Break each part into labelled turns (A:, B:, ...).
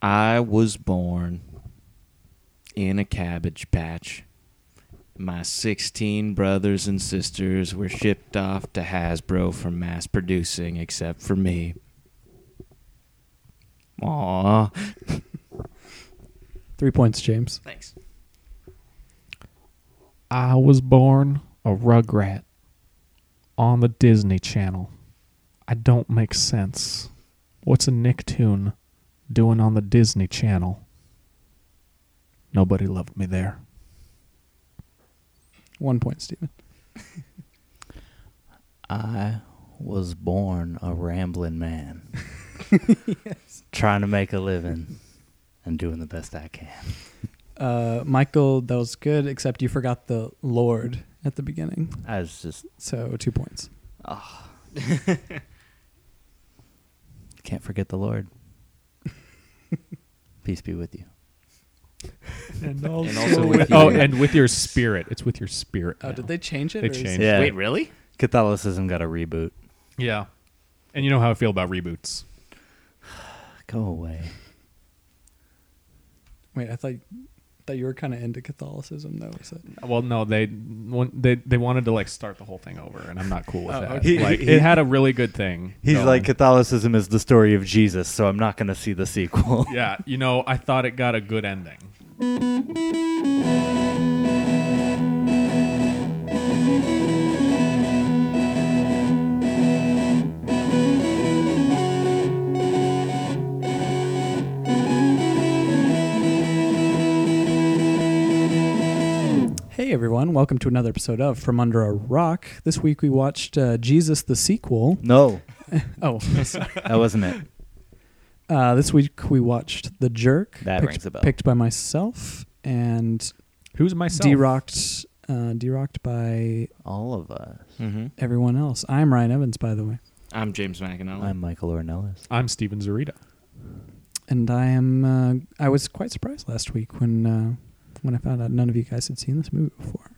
A: I was born in a cabbage patch. My 16 brothers and sisters were shipped off to Hasbro for mass producing, except for me. Aw.
B: Three points, James.
A: Thanks.
B: I was born a rugrat on the Disney Channel. I don't make sense. What's a Nicktoon doing on the Disney Channel? Nobody loved me there.
C: One point, Steven.
D: I was born a rambling man. Trying to make a living and doing the best I can.
C: Uh, Michael, that was good, except you forgot the Lord at the beginning.
D: I was just
C: So two points.
D: can't forget the Lord. Peace be with you.
B: And also,
D: also with Uh,
B: oh,
D: you.
B: and with your spirit. It's with your spirit.
C: Oh,
B: now.
C: did they change it?
B: They
C: or is-
B: changed.
D: Yeah.
A: Wait, really?
D: Catholicism got a reboot.
B: Yeah. And you know how I feel about reboots.
D: Go away.
C: Wait, I thought thought you were kind of into Catholicism, though. Was it?
B: Well, no, they when, they they wanted to like start the whole thing over, and I'm not cool with
C: Oh,
B: that.
C: okay.
B: Like
D: He- he-
B: it had a really good thing.
D: He's
B: going.
D: like Catholicism is the story of Jesus, so I'm not going to see the sequel.
B: yeah, you know, I thought it got a good ending.
C: Hey everyone, welcome to another episode of From Under a Rock. This week we watched uh, Jesus the sequel.
D: No,
C: Oh,
D: that wasn't it.
C: uh, this week we watched The Jerk,
D: That
C: picked,
D: rings a bell.
C: picked by myself and
B: Who's myself?
C: derocked, uh, derocked by
D: All of us.
A: Mm-hmm.
C: everyone else. I'm Ryan Evans, by the way,
A: I'm James McAnally.
D: I'm Michael Ornelas.
B: I'm Steven Zurita.
C: and I am. Uh, I was quite surprised last week when uh, when I found out none of you guys had seen this movie before.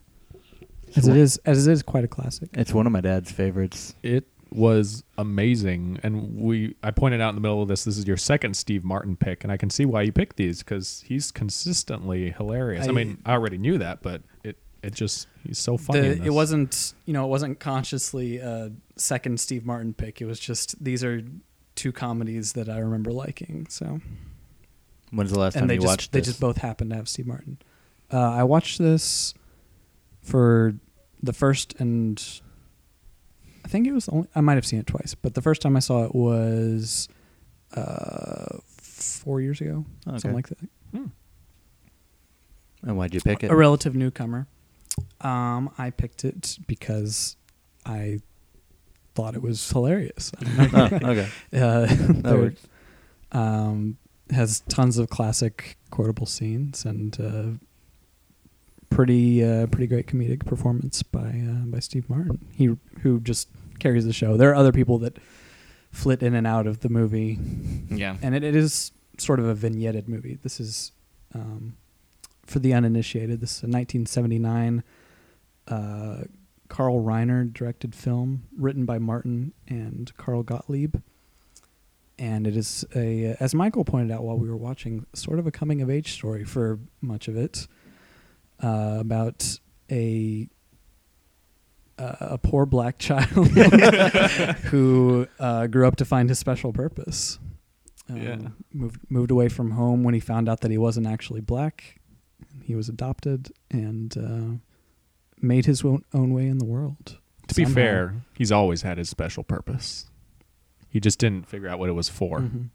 C: As it is, as it is quite a classic.
D: It's one of my dad's favorites.
B: It was amazing, and we I pointed out in the middle of this. This is your second Steve Martin pick, and I can see why you picked these because he's consistently hilarious. I,
C: I-
B: mean, I already knew that, but it it just he's so funny.
C: The-
B: in this.
C: it wasn't, you know, it wasn't consciously a second Steve Martin pick. It was just these are two comedies that I remember liking. So,
D: When's the last
C: and
D: time
C: they
D: you
C: just
D: watched
C: they
D: this?
C: just both happened to have Steve Martin. Uh, I watched this for the first and I think it was the only I might have seen it twice, but the first time I saw it was uh, four years ago,
D: Okay.
C: something like that.
D: and why'd you pick it?
C: a relative newcomer. Um, I picked it because I thought it was hilarious. I don't know.
D: oh, okay.
C: Uh, there-
D: works.
C: um, has tons of classic quotable scenes and uh, pretty uh, pretty great comedic performance by uh, by Steve Martin. He who just carries the show. There are other people that flit in and out of the movie
A: yeah.
C: and it, it is sort of a vignetted movie. This is um, for the uninitiated. This is a 1979 uh, Carl Reiner directed film, written by Martin and Carl Gottlieb, and it is a, as Michael pointed out while we were watching, sort of a coming of age story for much of it, uh, about a uh, a poor black child who uh, grew up to find his special purpose. Um,
B: Yeah.
C: Moved moved away from home when he found out that he wasn't actually black. He was adopted and uh, made his own, own way in the world.
B: to be
C: somehow.
B: fair, he's always had his special purpose. He just didn't figure out what it was for.
C: Mhm.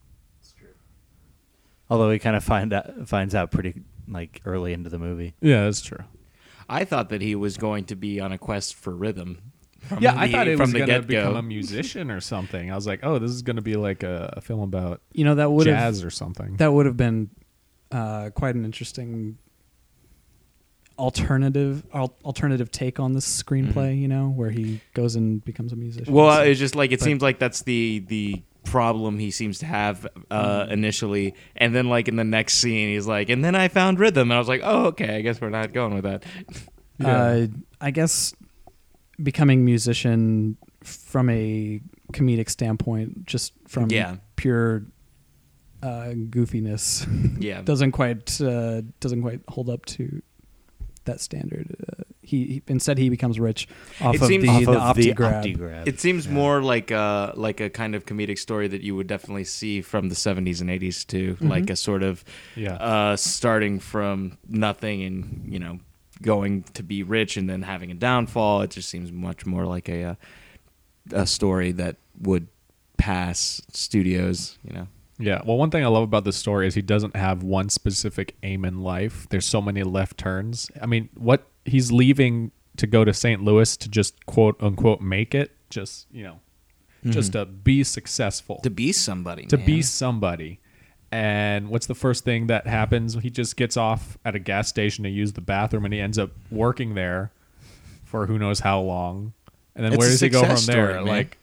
D: Although he kind of find out, finds out pretty like early into the movie.
B: Yeah, that's true.
A: I thought that he was going to be on a quest for rhythm. From
B: yeah, I
A: the-
B: thought it
A: from
B: was
A: the
B: going to
A: get-go.
B: become a musician or something. I was like, oh, this is going to be like a, a film about
C: You know that would have
B: jazz or something.
C: that would have been uh, quite an interesting alternative al- alternative take on this screenplay. You know where he goes and becomes a musician.
A: Mm-hmm. Well, uh,
C: So-
A: it's just like it
C: but-
A: seems like that's the the problem he seems to have uh,
C: Mm-hmm.
A: initially, and then like in the next scene, he's like, and then I found rhythm, and I was like, oh okay, I guess we're not going with that.
C: Uh, I guess becoming musician from a comedic standpoint, just from
A: Yeah.
C: pure uh, goofiness
A: Yeah.
C: doesn't quite uh, doesn't quite hold up to that standard. Uh, he, he instead he becomes rich off
A: It
C: of
A: seems-
C: the,
A: Off
C: the opti grab.
D: OptiGrab.
A: It seems
D: Yeah.
A: more like a like a kind of comedic story that you would definitely see from the 70s and 80s too, like
C: Mhm.
A: a sort of
B: Yeah.
A: uh, starting from nothing and you know going to be rich and then having a downfall. It just seems much more like a uh, a story that would pass studios. You know,
B: Yeah. Well, one thing I love about this story is he doesn't have one specific aim in life. There's so many left turns. I mean, what he's leaving to go to St. Louis to just quote unquote make it, just, you know, just to be successful,
A: Mm-hmm. to be somebody,
B: to
A: man.
B: be somebody. And what's the first thing that happens? He just gets off at a gas station to use the bathroom and he ends up working there for who knows how long. And then
A: It's
B: where
A: a
B: does he go from
A: success
B: there?
A: story, man.
B: like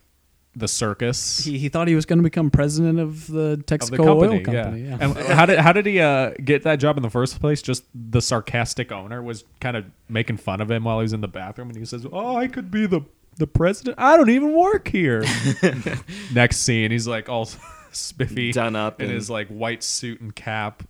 B: the circus?
C: He, he thought he was going to become president of the
B: of
C: Texaco
B: the
C: Oil
B: company,
C: Company.
B: yeah.
C: Yeah.
B: And how did how did he uh, get that job in the first place? Just the sarcastic owner was kind of making fun of him while he was in the bathroom, and he says, "Oh, I could be the the president. I don't even work here." Next scene, he's like all spiffy,
A: done up
B: in
A: and
B: his like white suit and cap,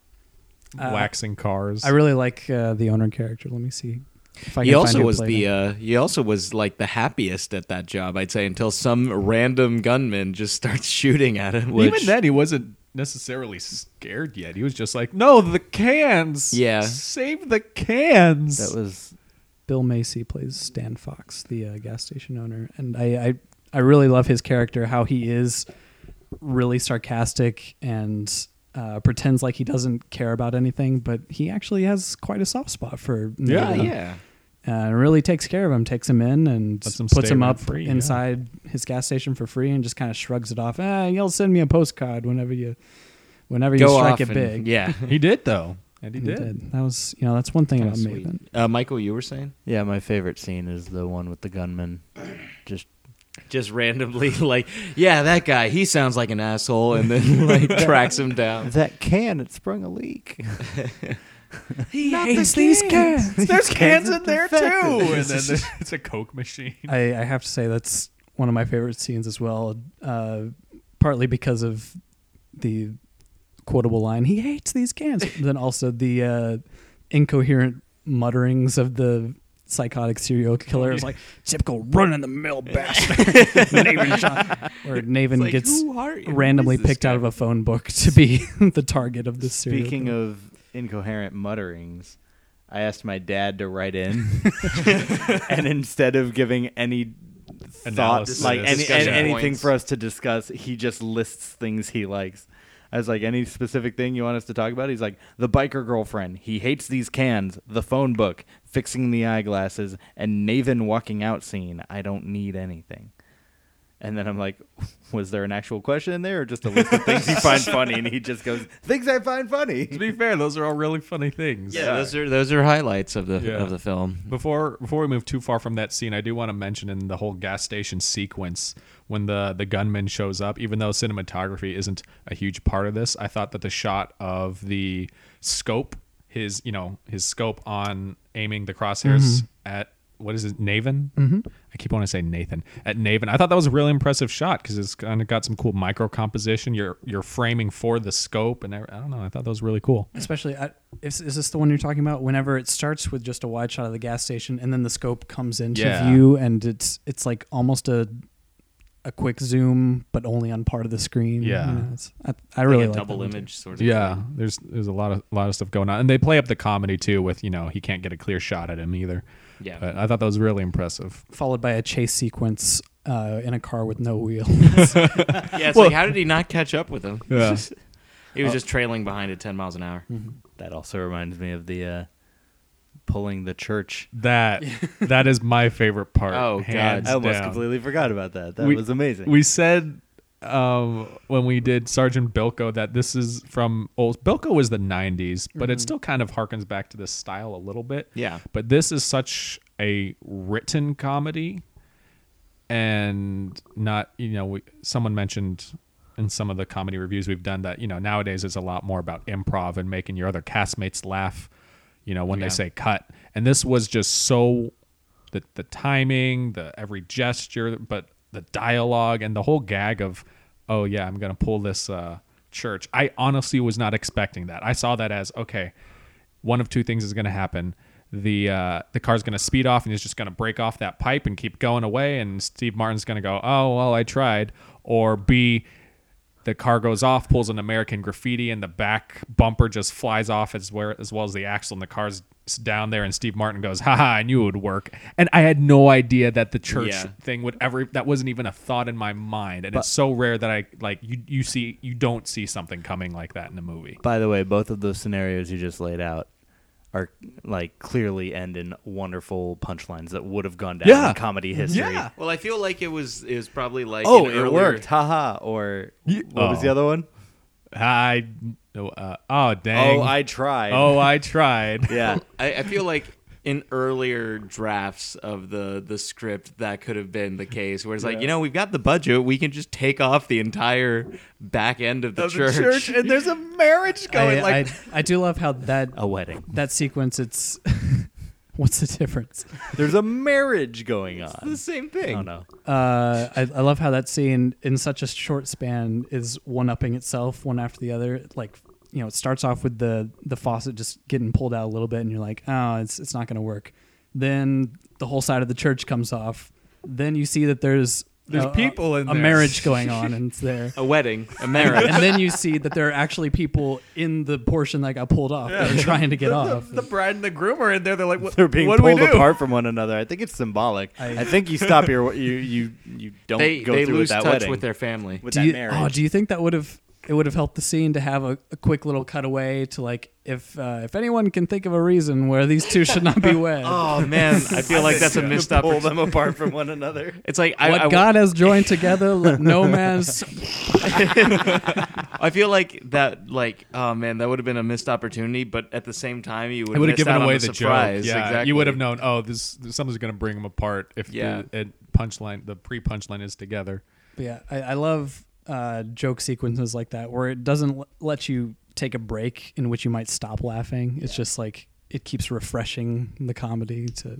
C: Uh,
B: waxing cars.
C: I really like uh, the owner character. Let me see. If I
A: he
C: can
A: also
C: find who
A: was
C: played
A: the
C: him.
A: uh, he also was like the happiest at that job, I'd say, until some random gunman just starts shooting at him. Which,
B: even then he wasn't necessarily scared yet. He was just like, "No, the cans.
A: Yeah.
B: save the cans."
D: That was
C: Bill Macy plays Stan Fox, the uh, gas station owner, and I, I I really love his character. How he is really sarcastic and uh, pretends like he doesn't care about anything, but he actually has quite a soft spot for
A: yeah,
C: Nirvana.
A: yeah.
C: and really takes care of him, takes him in, and
B: Lets him
C: puts
B: stay
C: him up
B: rent-free, yeah.
C: inside his gas station for free, and just kind of shrugs it off. Ah, you'll send me a postcard whenever you, whenever you
A: Go
C: strike
A: off
C: it
A: and-
C: big.
A: Yeah.
B: he did though, and he
C: And he
B: did.
C: did. That was you know that's one thing
A: Kinda
C: about
A: sweet.
C: Maven.
A: Uh, Michael, you were saying
D: yeah. My favorite scene is the one with the gunman. Just
A: just randomly like, yeah, that guy, he sounds like an asshole, and then like tracks him down.
D: that can it sprung a leak.
A: He
C: hates these cans.
B: There's
D: cans in there, too.
B: and then there's- it's a Coke machine.
C: I, I have to say that's one of my favorite scenes as well, uh, partly because of the quotable line, "He hates these cans," but then also the uh, incoherent mutterings of the psychotic serial killer. It's like typical run in the mill bastard, Naven John, where Naven gets randomly picked out of a phone book to be the target of this serial.
D: Speaking of incoherent mutterings, I asked my dad to write in, and instead of giving any thought,
B: Analysis.
D: like any,
A: Discussion
D: an- anything
A: points.
D: for us to discuss, he just lists things he likes. I was like, any specific thing you want us to talk about? He's like, the biker girlfriend. He hates these cans, the phone book, fixing the eyeglasses, and Naven walking out scene. I don't need anything. And then I'm like, was there an actual question in there or just a list of things you find funny? And he just goes, things I find
B: to
D: funny.
B: be fair, those are all really funny things.
A: Yeah, those are those are highlights of the
B: Yeah.
A: of the film.
B: Before before we move too far from that scene, I do want to mention in the whole gas station sequence when the the gunman shows up. Even though cinematography isn't a huge part of this, I thought that the shot of the scope, his you know his scope on aiming the crosshairs at what is it, Naven? Mm-hmm. I keep wanting to say Nathan at Naven. I thought that was a really impressive shot because it's kind of got some cool micro composition. You're you're framing for the scope, and I, I don't know. I thought that was really cool.
C: Especially, I, is, is this the one you're talking about? Whenever it starts with just a wide shot of the gas station, and then the scope comes into
B: Yeah.
C: view, and it's it's like almost a a quick zoom, but only on part of the screen.
B: Yeah.
C: You know, it's- I, I
A: like a
C: really like that
A: double
C: one, too.
A: image sort of.
B: Yeah, there's there's a lot of lot of stuff going on, and they play up the comedy too with you know he can't get a clear shot at him either.
A: thing. Yeah.
B: But I thought that was really impressive.
C: Followed by a chase sequence uh, in a car with no wheels.
A: yeah. It's
B: Well-
A: like, how did he not catch up with him?
B: Yeah.
A: He was just trailing behind at ten miles an hour.
D: That also reminds me of the uh, pulling the church.
B: That that is my favorite part.
A: Oh, God.
B: hands
D: I almost
B: down.
D: completely forgot about that. That
B: We-
D: was amazing.
B: We said um, when we did Sergeant Bilko that this is from old Bilko was the '90s, but it still kind of harkens back to this style a little bit.
A: Mm-hmm. Yeah.
B: but this is such a written comedy and not you know we, someone mentioned in some of the comedy reviews we've done that you know nowadays it's a lot more about improv and making your other castmates laugh you know when
A: Yeah.
B: they say cut and this was just so the the timing the every gesture but the dialogue and the whole gag of oh yeah i'm going to pull this uh church. I honestly was not expecting that. I saw that as okay, one of two things is going to happen. The uh, the car's going to speed off and he's just going to break off that pipe and keep going away. And Steve Martin's going to go, oh well, I tried. Or B, the car goes off, pulls an American graffiti, and the back bumper just flies off as where as well as the axle, and the car's down there. And Steve Martin goes, "Ha ha! I knew it would work." And I had no idea that the church
A: Yeah.
B: thing would ever. That wasn't even a thought in my mind, and it's so rare that I like you. You see, you don't see something coming like that in a movie.
D: By the way, both of those scenarios you just laid out are like clearly end in wonderful punchlines that would have gone down
B: Yeah.
D: in comedy history.
B: Yeah.
A: Well, I feel like it was it was probably like
D: Oh,
A: an
D: it
A: earlier-
D: worked. Haha. Or what was
B: oh.
D: the other one?
B: I uh, oh dang
D: Oh, I tried.
B: oh I tried.
D: yeah.
A: I, I feel like in earlier drafts of the the script that could have been the case where it's like you know we've got the budget we can just take off the entire back end of the, church.
D: and there's a marriage
C: I, I, I do love how that
D: a wedding.
C: that sequence. It's what's the difference?
D: There's a marriage going on. Oh,
A: the same
D: I
A: thing
D: don't know.
C: Uh, I, I love how that scene in such a short span is one upping itself, one after the other. Like you know, it starts off with the the faucet just getting pulled out a little bit, and you're like, oh, it's it's not going to work. Then the whole side of the church comes off. Then you see that there's
B: There's
C: a- a-
B: people in
C: a
B: there.
C: marriage going on, and it's there.
A: a wedding a marriage
C: and then you see that there are actually people in the portion that got pulled off that are trying to get off.
B: bride and the groom are in there. They're like, what,
D: They're being pulled apart from one another. I think it's symbolic. I,
C: I-
D: think you stop your you you you don't
A: they
D: go
A: they
D: through
A: lose
D: with that
A: touch
D: wedding
A: with their family
D: with
C: do
D: that
C: you,
D: marriage.
C: oh, do you think that would have it would have helped the scene to have a, a quick little cutaway to like if uh, if anyone can think of a reason where these two should not be wed,
A: oh man I feel like that's a
D: Yeah.
A: missed
D: Pull
A: opportunity
D: them apart from one another.
A: it's like I,
C: what
A: I,
C: God has joined together, let no man's.
A: I feel like that like oh man that would have been a missed opportunity but at the same time you would
B: It would have
A: missed
B: given
A: out on
B: away
A: the,
B: the,
A: surprise
B: joke. Yeah,
A: exactly.
B: you would have known. Oh, this, this someone's going to bring them apart if
A: Yeah.
B: the it punchline, the pre punchline is together.
C: But yeah, I, I love uh, joke sequences like that where it doesn't l- let you take a break in which you might stop laughing. It's just like it keeps refreshing the comedy to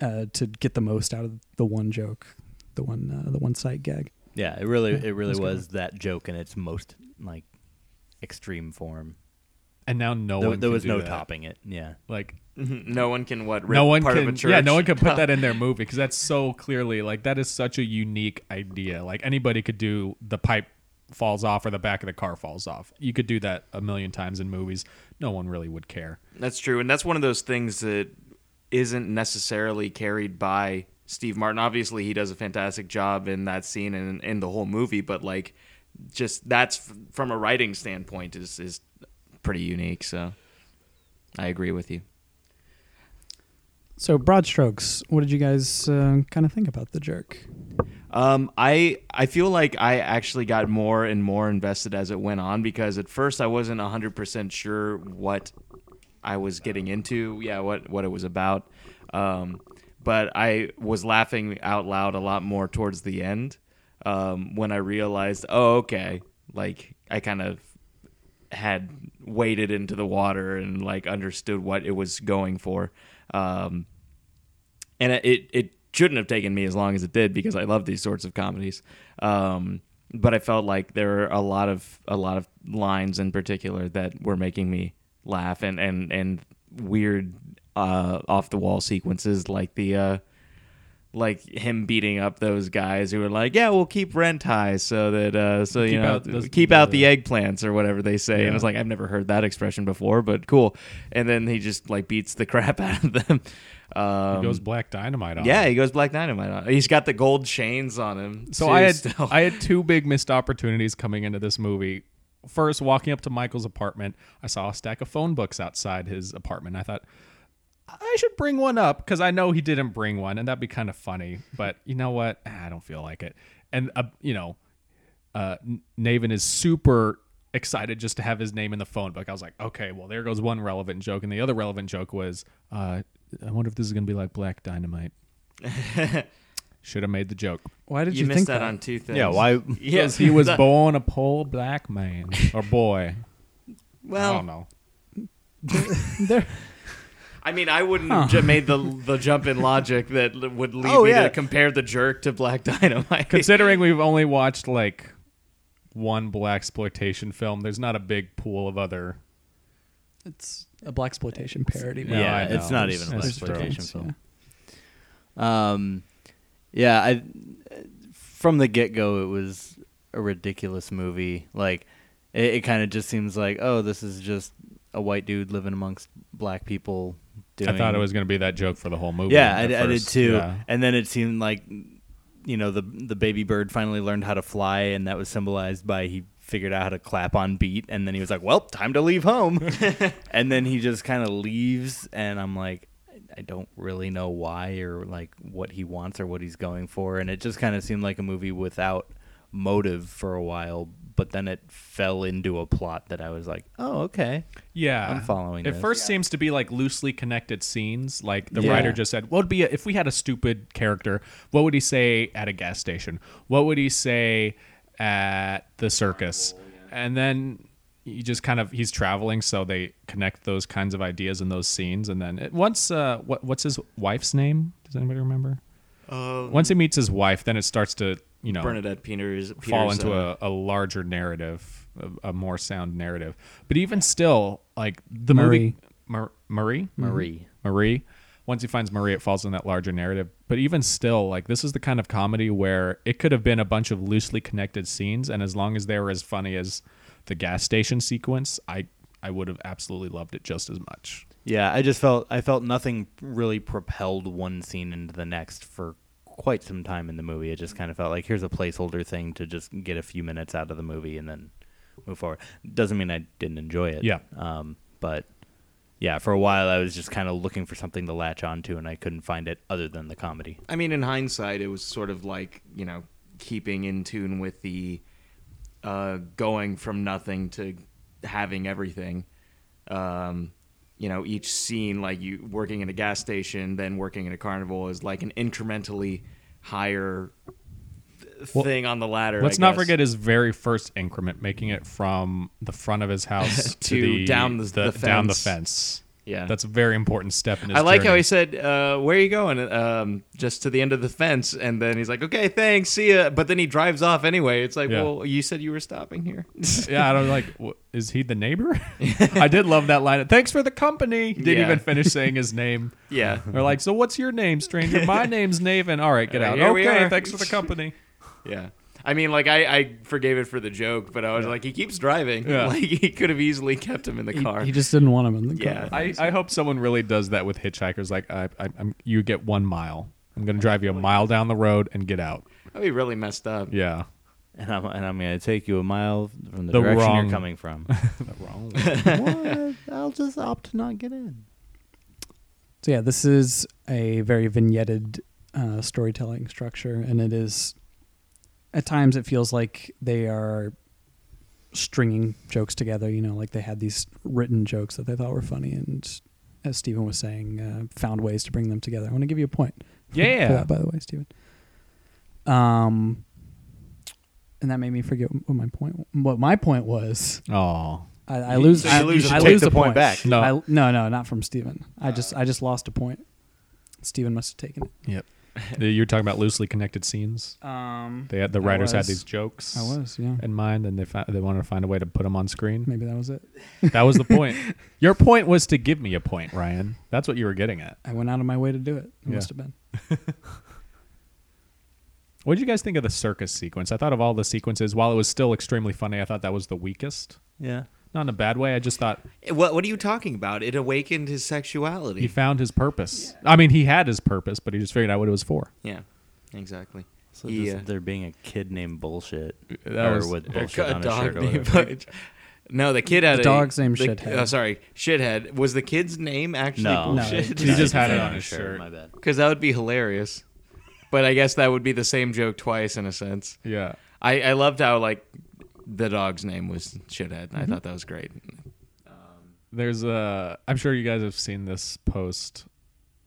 C: uh, to get the most out of the one joke, the one uh, the one sight gag.
D: Yeah, it really it really
C: that's a good
D: was that joke in its most like extreme form.
B: And now no
D: there
B: one.
D: there
B: can
D: was
B: do
D: no
B: that.
D: topping it. Yeah.
B: Like
A: Mhm. no one can what rip
B: no one
A: part
B: can.
A: of a church
B: yeah, no one can put that in their movie because that's so clearly like that is such a unique idea. Like anybody could do the pipe falls off or the back of the car falls off. You could do that a million times in movies. No one really would care.
A: That's true, and that's one of those things that isn't necessarily carried by Steve Martin. Obviously, he does a fantastic job in that scene and in the whole movie, but like, just that's f- from a writing standpoint is is pretty unique. So, I agree with you.
C: So broad strokes, what did you guys uh, kind of think about the jerk?
A: Um, I I feel like I actually got more and more invested as it went on because at first I wasn't hundred percent sure what I was getting into. Yeah, what what it was about. Um, but I was laughing out loud a lot more towards the end um, when I realized, oh okay, like I kind of had waded into the water and like understood what it was going for. Um, and it it shouldn't have taken me as long as it did because I love these sorts of comedies. Um, but I felt like there were a lot of a lot of lines in particular that were making me laugh and and and weird uh, off the wall sequences like the. Uh, like him beating up those guys who were like, "Yeah, we'll keep rent high so that uh, so you
B: Keep
A: know
B: out those-
A: keep out the
B: yeah.
A: eggplants or whatever they say." And I was like, "I've never heard that expression before, but cool." And then he just like beats the crap out of them. Um,
B: It goes black dynamite on.
A: yeah, he goes Black Dynamite on. He's got the gold chains on him.
B: So
A: too,
B: I had
A: still.
B: I had two big missed opportunities coming into this movie. First, walking up to Michael's apartment, I saw a stack of phone books outside his apartment. I thought I should bring one up because I know he didn't bring one, and that'd be kind of funny. But you know what? Ah, I don't feel like it. And uh, you know, uh, N- Naven is super excited just to have his name in the phone book. I was like, okay, well, there goes one relevant joke, and the other relevant joke was, uh, I wonder if this is gonna be like Black Dynamite. Should have made the joke.
C: Why did
A: you
C: you,
A: missed
C: think
A: that,
C: that?
A: on two things.
D: Yeah, why
A: Yeah,
B: Because he was
A: that-
B: born a poor black man or boy. I don't
A: Well,
B: know.
C: There-
A: I mean, I wouldn't have ju- made the the jump in logic that l- would lead
D: Oh,
A: me
D: yeah.
A: to compare the jerk to Black Dynamite.
B: Considering we've only watched like one black exploitation film, there's not a big pool of other.
C: It's a black exploitation parody.
B: No,
C: but
B: I
D: yeah, it's
B: know.
D: not
B: There's-
D: even a
B: there's
D: black
C: there's
D: exploitation
C: difference,
D: film. Um, yeah, I from the get go, it was a ridiculous movie. Like, it, it kind of just seems like, oh, this is just a white dude living amongst black people. Doing,
B: I thought it was going to be that joke for the whole movie.
D: Yeah, I,
B: at
D: I did
B: first.
D: too.
B: Yeah.
D: And then it seemed like, you know, the the baby bird finally learned how to fly, and that was symbolized by he figured out how to clap on beat, and then he was like, "Well, time to leave home," and then he just kind of leaves, and I'm like. I- I don't really know why or like what he wants or what he's going for, and it just kind of seemed like a movie without motive for a while. But then it fell into a plot that I was like, "Oh, okay,
B: Yeah,
D: I'm following
B: It
D: this.
B: first seems to be like loosely connected scenes. Like the
D: Yeah.
B: writer just said, "What would be a, if we had a stupid character? What would he say at a gas station? What would he say at the circus?" And then you just kind of he's traveling, so they connect those kinds of ideas in those scenes. And then it, once, uh, what what's his wife's name? Does anybody remember? once he meets his wife, then it starts to you know
A: Bernadette Peters, Peters
B: fall into
A: uh,
B: a, a larger narrative, a, a more sound narrative. But even still, like the movie Mar- Marie,
A: Mm-hmm.
D: Marie."
B: Marie. Once he finds Marie, it falls in that larger narrative. But even still, like this is the kind of comedy where it could have been a bunch of loosely connected scenes, and as long as they were as funny as the gas station sequence, I I would have absolutely loved it just as much.
D: Yeah, I just felt I felt nothing really propelled one scene into the next for quite some time in the movie. It just kind of felt like here's a placeholder thing to just get a few minutes out of the movie and then move forward. Doesn't mean I didn't enjoy it.
B: Yeah.
D: Um, but yeah, for a while I was just kind of looking for something to latch onto and I couldn't find it other than the comedy.
A: I mean, in hindsight, it was sort of like you know keeping in tune with the uh, going from nothing to having everything. Um, you know, each scene, like you working in a gas station, then working in a carnival, is like an incrementally higher th-
B: Well,
A: thing on the ladder. I
B: Let's not
A: guess.
B: forget his very first increment, making it from the front of his house to,
A: To
B: the,
A: down the- the
B: down the fence.
A: fence. Yeah.
B: that's a very important step in his.
A: I like how
B: journey.
A: he said, uh, "Where are you going?" Um, just to the end of the fence, and then he's like, "Okay, thanks, see ya." But then he drives off anyway. It's like,
B: Yeah.
A: well, you said you were stopping here.
B: Yeah, I don't like. wh- Is he the neighbor? I did love that line. Thanks for the company. He didn't
A: Yeah.
B: even finish saying his name.
A: yeah,
B: They're like, so what's your name, stranger? My name's Naven. All right, get
A: Uh,
B: out.
A: here we
B: okay,
A: are.
B: thanks for the company.
A: yeah. I mean, like I, I forgave it for the joke, but I was like, he keeps driving.
B: Yeah.
A: Like he could have easily kept him in the
C: He,
A: car.
C: he just didn't want him in the
A: Yeah.
C: car.
B: I, I hope someone really does that with hitchhikers. Like, I, I, I'm, you get one mile. I'm gonna drive you a mile down the road and get out.
A: That'd be really messed up.
B: Yeah,
D: And I'm and I'm gonna take you a mile from the,
B: The
D: direction
B: wrong-
D: you're coming from.
B: wrong.
D: what? I'll just opt to not get in.
C: So yeah, this is a very vignetted uh, storytelling structure, and it is at times it feels like they are stringing jokes together. You know, like they had these written jokes that they thought were funny, and as Stephen was saying, uh, found ways to bring them together. I want to give you a point. for-
B: Yeah.
C: for that, by the way, Stephen. Um, and that made me forget what my point. What my point was.
B: Oh,
C: I, I
A: You-
C: lose.
A: so you
C: I,
A: lose
C: I
A: the-
C: lose
D: take the
C: the
D: point
C: point Oh. Uh.
D: back.
B: No.
C: I, no, no, not from Steven. I just, I just lost a point. Steven must have taken it.
B: yep. You're talking about loosely connected scenes.
C: Um,
B: They had the
C: I
B: writers had
C: was.
B: these jokes.
C: I was, yeah.
B: in mind, and they found, they wanted to find a way to put them on screen.
C: Maybe that was it.
B: That was the point. Your point was to give me a point, Ryan. That's what you were getting at.
C: I went out of my way to do it. It
B: Yeah.
C: must have been.
B: What did you guys think of the circus sequence? I thought of all the sequences. While it was still extremely funny, I thought that was the weakest.
D: Yeah.
B: Not in a bad way. I just thought
A: What What are you talking about? It awakened his sexuality.
B: he found his purpose. I mean, he had his purpose, but he just figured out what it was for.
A: yeah, exactly.
D: So
A: He,
D: just
A: uh,
D: there being a kid named bullshit,
B: That
D: or
B: was-
D: with
A: Or
D: bullshit
A: a
D: on his
A: dog
D: shirt. Or
A: named-
D: whatever.
A: no, the kid had
C: The
A: a
C: dog's named
A: the-
C: Shithead.
A: Oh, sorry, shithead. Was the kid's name actually
D: No,
C: No,
A: bullshit?
B: He just had
D: had
B: it on his shirt.
D: My bad.
A: Because that would be hilarious. But I guess that would be the same joke twice in a sense.
B: Yeah.
A: I, I loved how like the dog's name was shithead. I thought that was great.
B: there's a i'm sure you guys have seen this post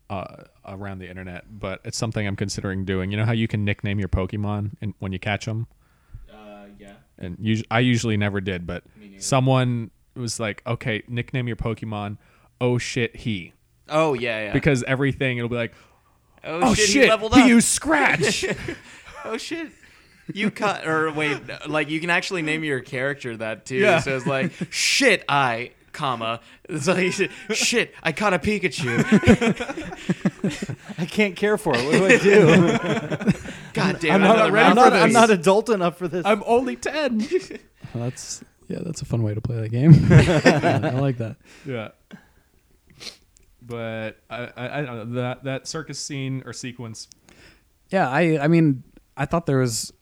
B: uh, around the internet but it's something i'm considering doing you know how you can nickname your pokemon and when you catch them
A: Uh, yeah.
B: and us- i usually never did but someone was like okay nickname your pokemon oh shit he
A: Oh yeah, yeah.
B: because everything it'll be like
A: oh,
B: oh, shit,
A: he leveled
B: he
A: up.
B: used scratch
A: oh shit, You cut or wait, no, like you can actually name your character that too.
B: Yeah.
A: So it's like shit, I comma. It's like shit, I caught a Pikachu.
D: I can't care for it. What do I do?
A: God damn,
D: I'm,
A: it,
D: not
A: another
D: ready for
A: mouthpiece.
D: this. I'm not adult enough for this.
B: I'm only ten.
C: Well, that's yeah, that's a fun way to play that game. Yeah, I like that.
B: yeah. But I, I, I don't know that that circus scene or sequence.
C: Yeah, I I mean, I thought there was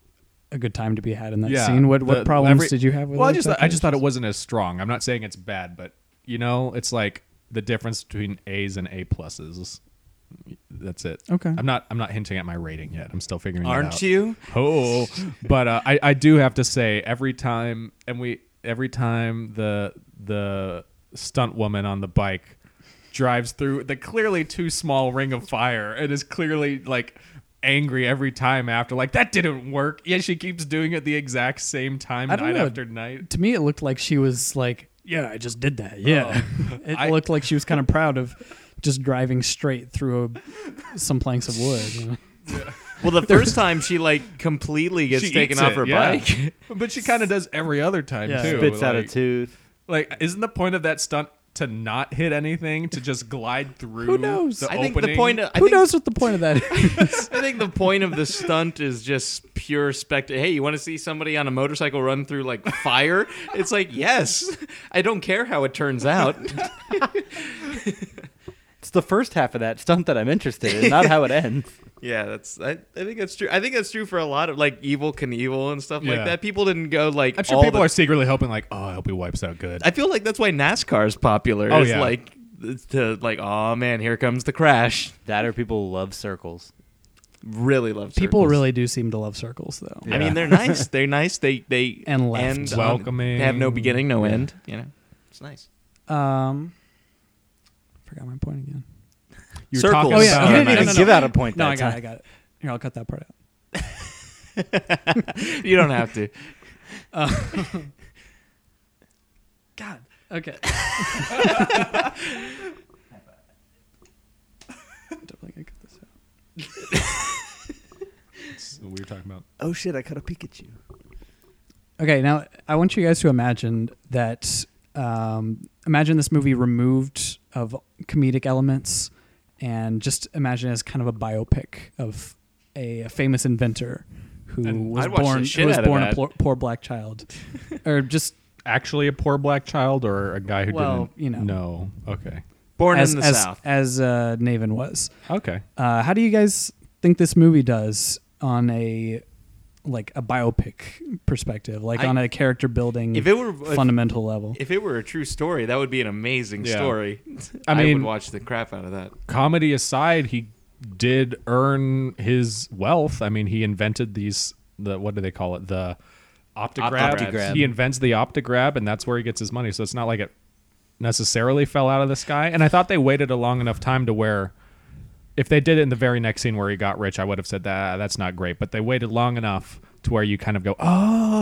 C: a good time to be had in that
B: yeah,
C: scene. What what
B: the-
C: problems
B: every-
C: did you have with
B: Well, I
C: it
B: just thought, I
C: exactly?
B: just thought it wasn't as strong. I'm not saying it's bad, but you know, it's like the difference between A's and A pluses. That's it.
C: Okay.
B: I'm not I'm not hinting at my rating yet. I'm still figuring. it out.
A: Aren't you?
B: Oh, but uh, I I do have to say every time and we every time the the stunt woman on the bike drives through the clearly too small ring of fire and is clearly like angry every time after like that didn't work. Yeah, she keeps doing it the exact same time
C: I
B: night
C: don't know.
B: after night.
C: to me it looked like she was like, yeah, I just did that. Yeah. it
B: I-
C: looked like she was kind of proud of just driving straight through a, some planks of wood. you know?
A: Well, the first time she like completely gets
B: She
A: taken
B: eats
A: off
B: it,
A: her
B: yeah.
A: bike.
B: But she kind of does every other time
C: Yeah.
B: too.
D: Spits out a
B: like-
D: tooth.
B: Like isn't the point of that stunt to not hit anything, to just glide through
C: knows?
B: the
A: I think the
B: opening?
A: point. Of, I
C: Who
A: think,
C: knows what the point of that is?
A: I think the point of the stunt is just pure spect. Hey, you want to see somebody on a motorcycle run through like fire? It's like yes. I don't care how it turns out.
D: It's the first half of that stunt that I'm interested in, not how it ends.
A: Yeah, that's I, I think that's true. I think that's true for a lot of like evil Knievel and stuff
B: Yeah.
A: like that. People didn't go like
B: I'm sure
A: all
B: people
A: the- Uh,
B: are secretly hoping, like, oh, I hope he wipes out good.
A: I feel like that's why NASCAR is popular.
B: Oh,
A: is
B: yeah.
A: like it's to like oh man, here comes the crash.
D: That or people love circles.
A: Really love
C: People
A: circles.
C: really do seem to love circles though.
A: I mean, they're nice. They're nice. They they
C: And left.
A: end on-
B: Welcoming.
A: They have no beginning, no end. You know, it's nice.
C: Um forgot my point again.
B: You were
A: Circles.
B: talking
A: Oh, yeah.
B: about
A: Okay, no,
B: how
A: no,
B: nice-
A: no.
D: Give out a point
C: No,
D: that
C: I got it,
D: time.
C: I got it. Here, I'll cut that part out.
A: You don't have to.
C: God. Okay. Definitely gonna cut this out.
B: That's what we were talking about.
D: Oh shit, I cut a Pikachu.
C: Okay, now I want you guys to imagine that. Um, imagine this movie removed of comedic elements, and just imagine it as kind of a biopic of a, a famous inventor who
B: And
C: was
A: I'd watch the
C: born
A: shit
C: who was
A: out of
C: born a
A: that.
C: poor, poor black child, or just
B: Actually, a poor black child or a guy who
C: Well,
B: didn't
C: you know.
B: No. Okay.
A: Born
C: as
A: in the
C: as,
A: South.
C: as uh, Naven was.
B: Okay.
C: Uh, how do you guys think this movie does on a like a biopic perspective, like
A: I-
C: on a character building
A: If it were if,
C: fundamental level?
A: if it were a true story, that would be an amazing
B: Yeah.
A: story.
B: I
A: would
B: mean-
A: watch the crap out of that.
B: Comedy aside, he did earn his wealth. I mean, he invented these. The what do they call it? The optograph.
A: Optograph.
B: He invents the optograph, and that's where he gets his money. So it's not like it necessarily fell out of the sky. And I thought they waited a long enough time to where. If they did it in the very next scene where he got rich, I would have said that that's not great. But they waited long enough to where you kind of go,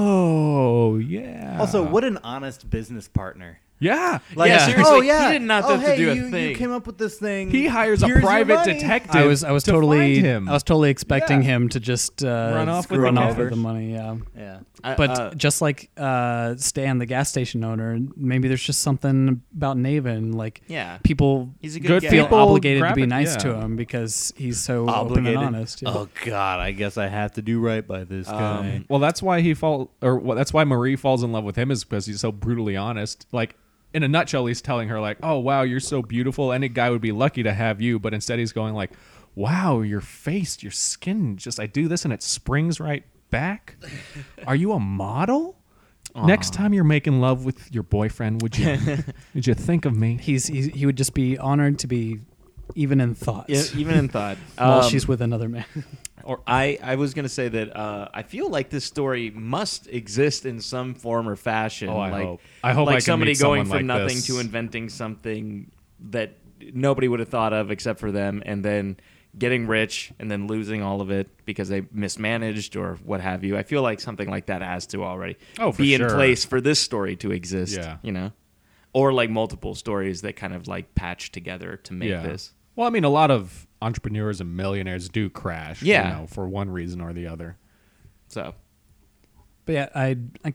B: "Oh, yeah."
D: Also, what an honest business partner.
B: Yeah.
A: Like- Yeah, seriously, he did not
D: oh,
A: have to
D: hey,
A: do a
D: you, you
A: thing.
D: came up with this thing.
B: he hires a
D: Here's your
B: private
D: money.
B: detective.
C: I was I was
B: to
C: totally
B: find him.
C: I was totally expecting
B: Yeah.
C: him to just uh,
B: Run off with
C: screw
B: the
C: him off
B: cash.
C: with the money. Yeah,
D: Yeah.
A: I-
C: but
A: uh,
C: just like uh, Stan, the gas station owner, maybe there's just something about Naven like
A: yeah,
C: people
A: he's a good,
B: good
A: guy.
C: feel
B: people
C: obligated to
B: grab
C: be
B: it,
C: nice
B: yeah.
C: to him because he's so
D: Obligated.
C: open and honest. yeah.
D: Oh god, I guess I have to do right by this guy.
A: Um,
B: Mm. well, that's why he fall, or well, that's why Marie falls in love with him is because he's so brutally honest. Like in a nutshell, he's telling her like, "Oh wow, you're so beautiful. Any guy would be lucky to have you." But instead, he's going like, "Wow, your face, your skin. Just I do this and it springs right back. Are you a model?" Next time you're making love with your boyfriend, would you would you think of me?
C: He's he, he would just be honored to be even in thoughts
A: Yeah, even in thought.
C: while
A: Um,
C: she's with another man.
A: Or I, I was gonna say that uh, I feel like this story must exist in some form or fashion.
B: Oh, I
A: like,
B: hope. I hope I
A: like
B: can
A: somebody
B: meet
A: going
B: someone
A: from
B: like
A: nothing
B: this.
A: to inventing something that nobody would have thought of except for them, and then getting rich and then losing all of it because they mismanaged or what have you. I feel like something like that has to already
B: Oh, for
A: be in
B: sure.
A: place for this story to exist.
B: Yeah.
A: you know, or like multiple stories that kind of like patch together to make this.
B: Well, I mean, a lot of entrepreneurs and millionaires do crash. you
A: Yeah.
B: know, for one reason or the other.
A: So
C: But yeah, I, I.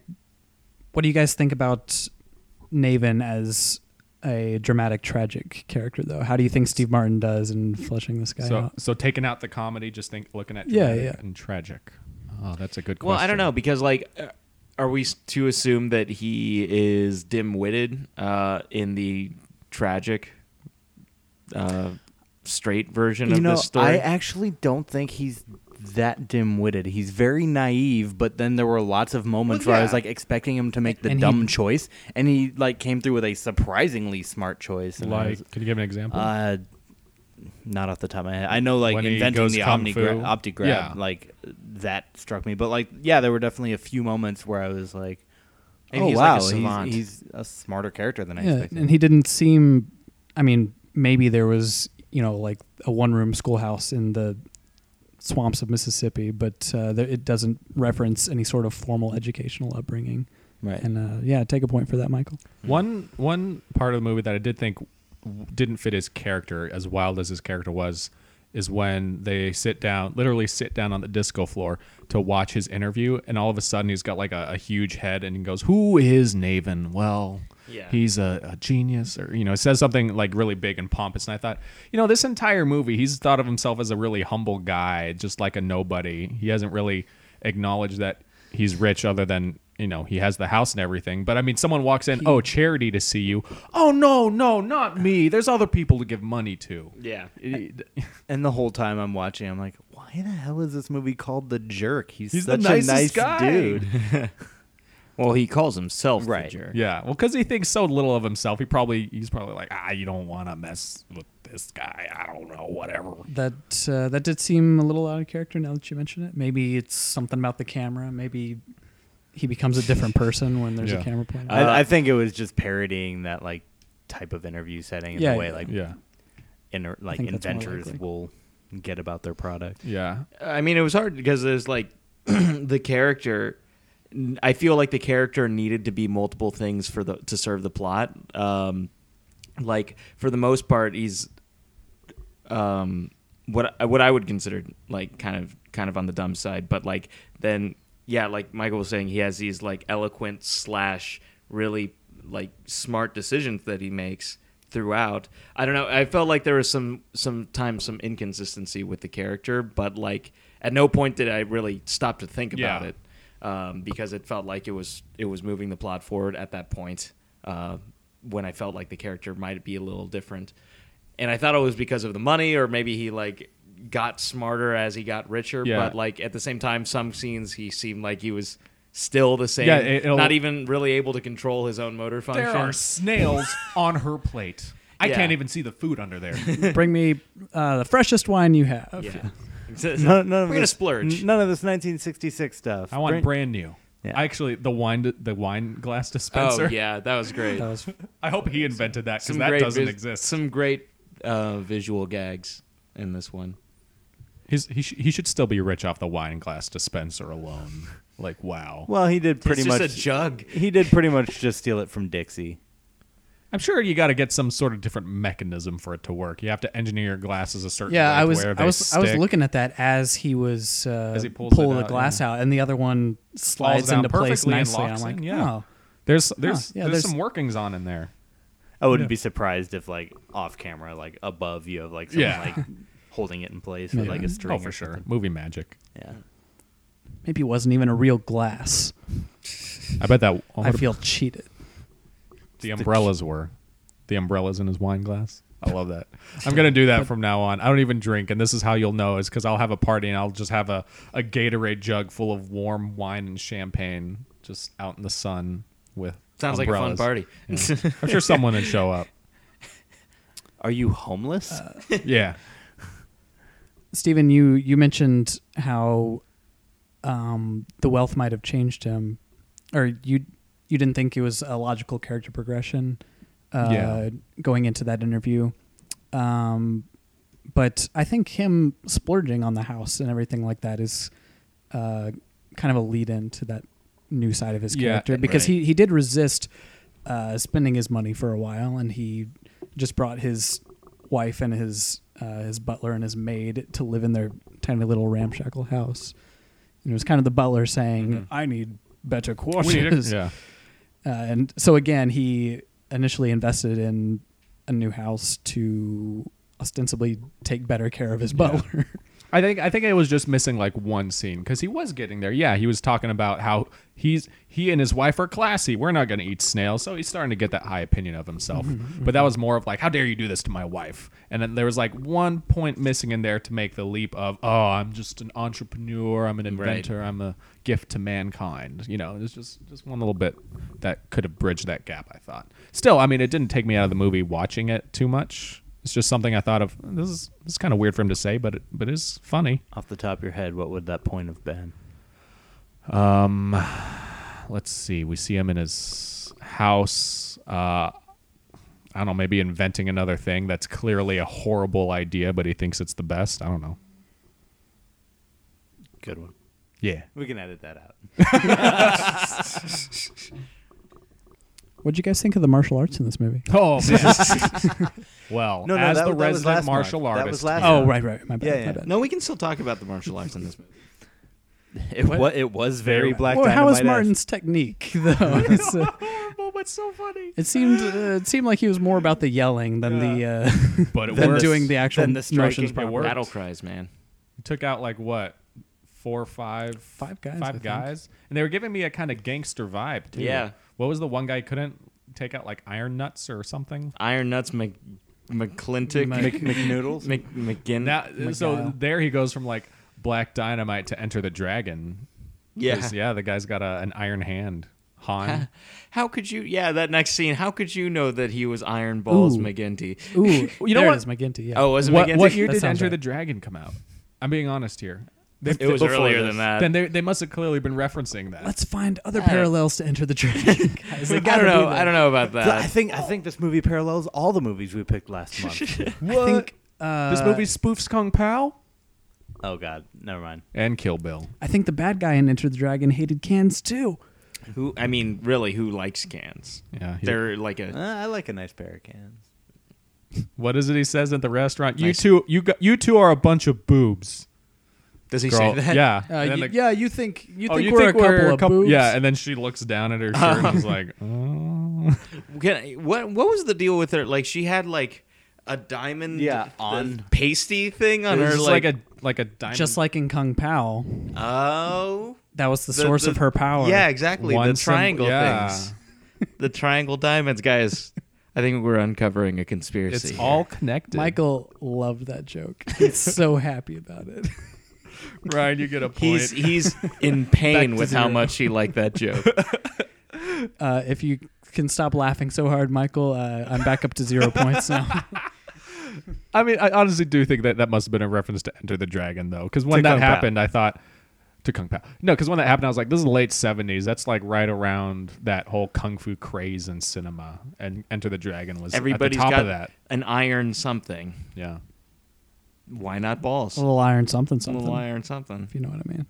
C: What do you guys think about Naven as a dramatic, tragic character, though? How do you think Steve Martin does in fleshing this guy
B: so
C: out?
B: so taking out the comedy, just think looking at
C: Yeah,
B: dramatic
C: yeah.
B: and tragic. Oh, that's a good question.
A: Well, I don't know because like, uh, are we s- to assume that he is dim-witted uh, in the tragic, uh, straight version
D: You
A: of
D: know,
A: this story?
D: I actually don't think he's that dim-witted. He's very naive, but then there were lots of moments
A: Well,
D: where I was
A: yeah.
D: like expecting him to make the
C: And he-
D: dumb choice, and he like came through with a surprisingly smart choice. and I was-
B: Like, could you give an example?
D: uh, not off the top of my head. I know like
B: When he
D: inventing
B: goes
D: the
B: kung
D: omnigra-
B: fu.
D: optigrab,
B: Yeah.
D: like that struck me. But like, yeah, there were definitely a few moments where I was like,
A: And
D: "Oh
A: he's like a
D: wow,
A: savant."
D: he's, he's a smarter character than I
C: yeah,
D: expected."
C: and he didn't seem. I mean, maybe there was you know like a one-room schoolhouse in the swamps of Mississippi, but uh, there, it doesn't reference any sort of formal educational upbringing.
D: right.
C: And uh, yeah, take a point for that, Michael.
B: One one part of the movie that I did think w- didn't fit his character as wild as his character was is when they sit down, literally sit down on the disco floor to watch his interview, and all of a sudden he's got like a, a huge head and he goes, "Who is Naven?" Well.
A: Yeah.
B: He's a, a genius, or you know, says something like really big and pompous. And I thought, you know, this entire movie, he's thought of himself as a really humble guy, just like a nobody. He hasn't really acknowledged that he's rich, other than you know, he has the house and everything. But I mean, someone walks in, oh, charity to see you. Oh no, no, not me. There's other people to give money to.
A: yeah.
D: And the whole time I'm watching, I'm like, why the hell is this movie called The Jerk? He's,
B: He's the
D: such
B: nicest
D: a nice
B: guy.
D: dude.
A: Well, he calls himself
D: Right.
A: the jerk.
B: Yeah, well, because he thinks so little of himself, he probably he's probably like, ah, you don't want to mess with this guy. I don't know, whatever.
C: That uh, that did seem a little out of character. Now that you mention it, maybe it's something about the camera. Maybe he becomes a different person when there's
B: Yeah.
C: a camera pointed. at him.
A: Uh,
D: I, I think it was just parodying that like type of interview setting and
C: Yeah,
D: the way
C: yeah.
D: like
B: Yeah,
D: inter- like
C: think that's more
D: inventors
C: likely.
D: will get about their product.
B: yeah.
A: I mean, it was hard because there's like the character. I feel like the character needed to be multiple things for the to serve the plot. Um, like for the most part, he's um, what I- what I would consider like kind of kind of on the dumb side. But like then, yeah, like Michael was saying, he has these like eloquent slash really like smart decisions that he makes throughout. I don't know. I felt like there was some sometimes some inconsistency with the character, but like at no point did I really stop to think about
B: Yeah.
A: it um, because it felt like it was it was moving the plot forward at that point uh, when I felt like the character might be a little different, and I thought it was because of the money or maybe he like got smarter as he got richer,
B: Yeah.
A: but like at the same time, some scenes he seemed like he was still the same,
B: Yeah, it'll-
A: not even really able to control his own motor function.
B: There are snails on her plate. I
A: Yeah.
B: can't even see the food under there.
C: Bring me uh, the freshest wine you have.
A: yeah. We're
D: None, none of
A: gonna
D: this-
A: splurge.
D: None of this 1966 stuff.
B: I want
D: Bring-
B: brand new.
D: Yeah.
B: Actually, the wine the wine glass
A: Oh
B: dispenser.
A: yeah, that was great.
C: That was
B: I hope he invented that because
A: Some
B: that
A: great
B: doesn't
A: vis-
B: exist.
A: Some great uh, visual gags in this one.
B: He's, he, sh- he should still be rich off the wine glass dispenser alone. Like wow.
D: Well, he did pretty
A: it's
D: much.
A: just a jug.
D: he did pretty much just steal it from Dixie.
B: I'm sure you got to get some sort of different mechanism for it to work. You have to engineer your glasses a certain
C: yeah
B: way
C: i
B: to
C: was
B: where
C: i
B: they
C: was i was
B: stick.
C: looking at that as he was uh
B: As he pulls
C: pulling
B: it
C: the
B: out,
C: glass
B: yeah.
C: out and the other one slides
B: down
C: into place
B: perfectly and
C: nicely
B: locks
C: i'm like
B: in, yeah.
C: oh
B: There's there's,
C: yeah,
B: there's
C: there's-
B: some workings on in there.
D: I wouldn't be surprised if like off camera, like above you, have like someone
B: Yeah.
D: like holding it in place with
C: Yeah.
D: like a string.
B: Oh for
D: or
B: sure.
D: something.
B: Movie magic.
D: Yeah.
C: maybe it wasn't even a real glass
B: I bet that
C: i feel cheated
B: The umbrellas were. The umbrellas in his wine glass. I love that. I'm gonna do that from now on. I don't even drink, and this is how you'll know is because I'll have a party and I'll just have a, a Gatorade jug full of warm wine and champagne just out in the sun with
A: Sounds like a fun
B: umbrellas.
A: party.
B: I'm sure someone would show up.
D: Are you homeless?
B: Yeah.
C: stephen you you mentioned how um the wealth might have changed him or you you didn't think it was a logical character progression uh
B: Yeah.
C: going into that interview um but i think him splurging on the house and everything like that is uh kind of a lead in to that new side of his
B: Yeah,
C: character because
A: right.
C: he he did resist uh spending his money for a while and he just brought his wife and his uh, his butler and his maid to live in their tiny little ramshackle house and it was kind of the butler saying, "I need better
B: Mm-hmm. We need it.
C: quarters.
B: Yeah.
C: Uh, and so again, he initially invested in a new house to ostensibly take better care of his butler.
B: I think I think it was just missing like one scene because he was getting there. Yeah, he was talking about how he's he and his wife are classy. We're not going to eat snails, so he's starting to get that high opinion of himself. But that was more of like, how dare you do this to my wife? And then there was like one point missing in there to make the leap of, oh, I'm just an entrepreneur, I'm an inventor, I'm a gift to mankind. You know, it's just just one little bit that could have bridged that gap. I thought. Still, I mean, it didn't take me out of the movie watching it too much. It's just something I thought of. This is this is kind of weird for him to say, but it, but it's funny.
D: Off the top of your head, what would that point have been?
B: Um, let's see. We see him in his house. Uh, I don't know. Maybe inventing another thing that's clearly a horrible idea, but he thinks it's the best. I don't know.
D: Good one.
B: Yeah.
D: We can edit that out.
C: What'd you guys think of the martial arts in this movie?
B: Oh man. well,
D: No, no,
B: as
D: that-
B: the
D: that was
B: resident
D: last month.
B: martial
D: That
B: artist,
D: was last
C: Oh,
D: Yeah.
C: right, right. My bad.
D: Yeah, yeah.
C: My bad.
A: No, we can still talk about the martial arts in this movie.
D: It, wa- it was very black.
C: Well, how was
D: Dynamite-esque.
C: Martin's technique though? It's, uh,
B: horrible, but so funny.
C: it seemed uh, it seemed like he was more about the yelling than the uh,
B: But it
C: than
B: worked.
C: doing the actual
D: than the striking.
C: motions
D: It
C: properly.
B: worked.
A: Battle cries, man.
B: It took out like what four or five
C: Five guys, I
B: five
C: think.
B: guys and they were giving me a kind of gangster vibe too
A: Yeah.
B: what was the one guy couldn't take out like iron nuts or something
A: Iron Nuts Mc, McClintic.
C: Mc-
A: Mc, McNoodles? Mc, McGinn.
B: now so
C: God.
B: there he goes from like black dynamite to enter the dragon 'Cause, yeah the guy's got a, an iron hand han
A: How could you? Yeah, that next scene. How could you know that he was Iron Balls
C: Ooh.
A: McGinty?
C: Ooh, you
B: You know
C: know there
B: what?
C: it is, McGinty. Yeah.
A: Oh, was it
B: what,
A: McGinty?
B: what year
C: That
B: did
C: sounds
B: enter
C: right.
B: the dragon come out i'm being honest here
A: it was
D: Before
A: earlier
D: this.
A: than that.
B: then they, they must have clearly been referencing that
C: let's find other
A: Yeah.
C: parallels to enter the dragon. guys. They
A: I
C: gotta
A: don't
C: be
A: know.
C: there.
A: I don't know about
D: I
A: that.
D: think I think this movie parallels all the movies we picked last month.
C: I think uh,
B: this movie spoofs kung pao
D: oh God, never mind.
B: and kill bill
C: I think the bad guy in Enter the Dragon hated cans too.
A: who? I mean, really, who likes cans?
B: yeah he-
A: They're like
D: Uh,
A: a.
D: I like a nice pair of cans.
B: What is it he says at the restaurant?
A: Nice.
B: You two, you got, you two are a bunch of boobs.
A: Does he
B: Girl,
A: say that?
B: yeah.
C: Uh,
B: And then
C: you-
B: the-
C: yeah, you think you
B: oh,
C: think
B: you
C: we're
B: think
C: a couple of boobs? Uh,
B: Yeah, and then she looks down at her shirt and is like, oh.
A: Can I- what What was the deal with her? Like she had like a diamond
D: Yeah.
A: on pasty thing on
B: It was
A: her.
B: just
A: Like,
B: like, a like a diamond.
C: just like in Kung Pao,
A: oh,
C: that was the,
A: The-
C: source
A: the-
C: of her power.
A: yeah, exactly.
B: one
A: The
B: symbol-
A: triangle
B: yeah.
A: things. The triangle diamonds, guys. I think we're uncovering a conspiracy.
B: it's
A: here.
B: all connected.
C: Michael loved that joke. He's so happy about it.
B: Ryan, you get a point.
A: He's he's in
C: Back to
A: pain with how
C: zero.
A: much he liked that joke.
C: Uh, if you can stop laughing so hard, Michael, uh, I'm back up to zero points now.
B: I mean, I honestly do think that that must have been a reference to Enter the Dragon, though, because when
D: To
B: that
D: Kung Pao.
B: happened, I thought to Kung Pao. No, because when that happened, I was like, this is late '70s. That's like right around that whole kung fu craze in cinema, and Enter the Dragon was
A: Everybody's
B: at the top
A: got
B: of that.
A: an iron something.
B: Yeah.
A: Why not balls?
C: A little iron something
A: A
C: something.
A: little iron something.
C: If you know what I mean.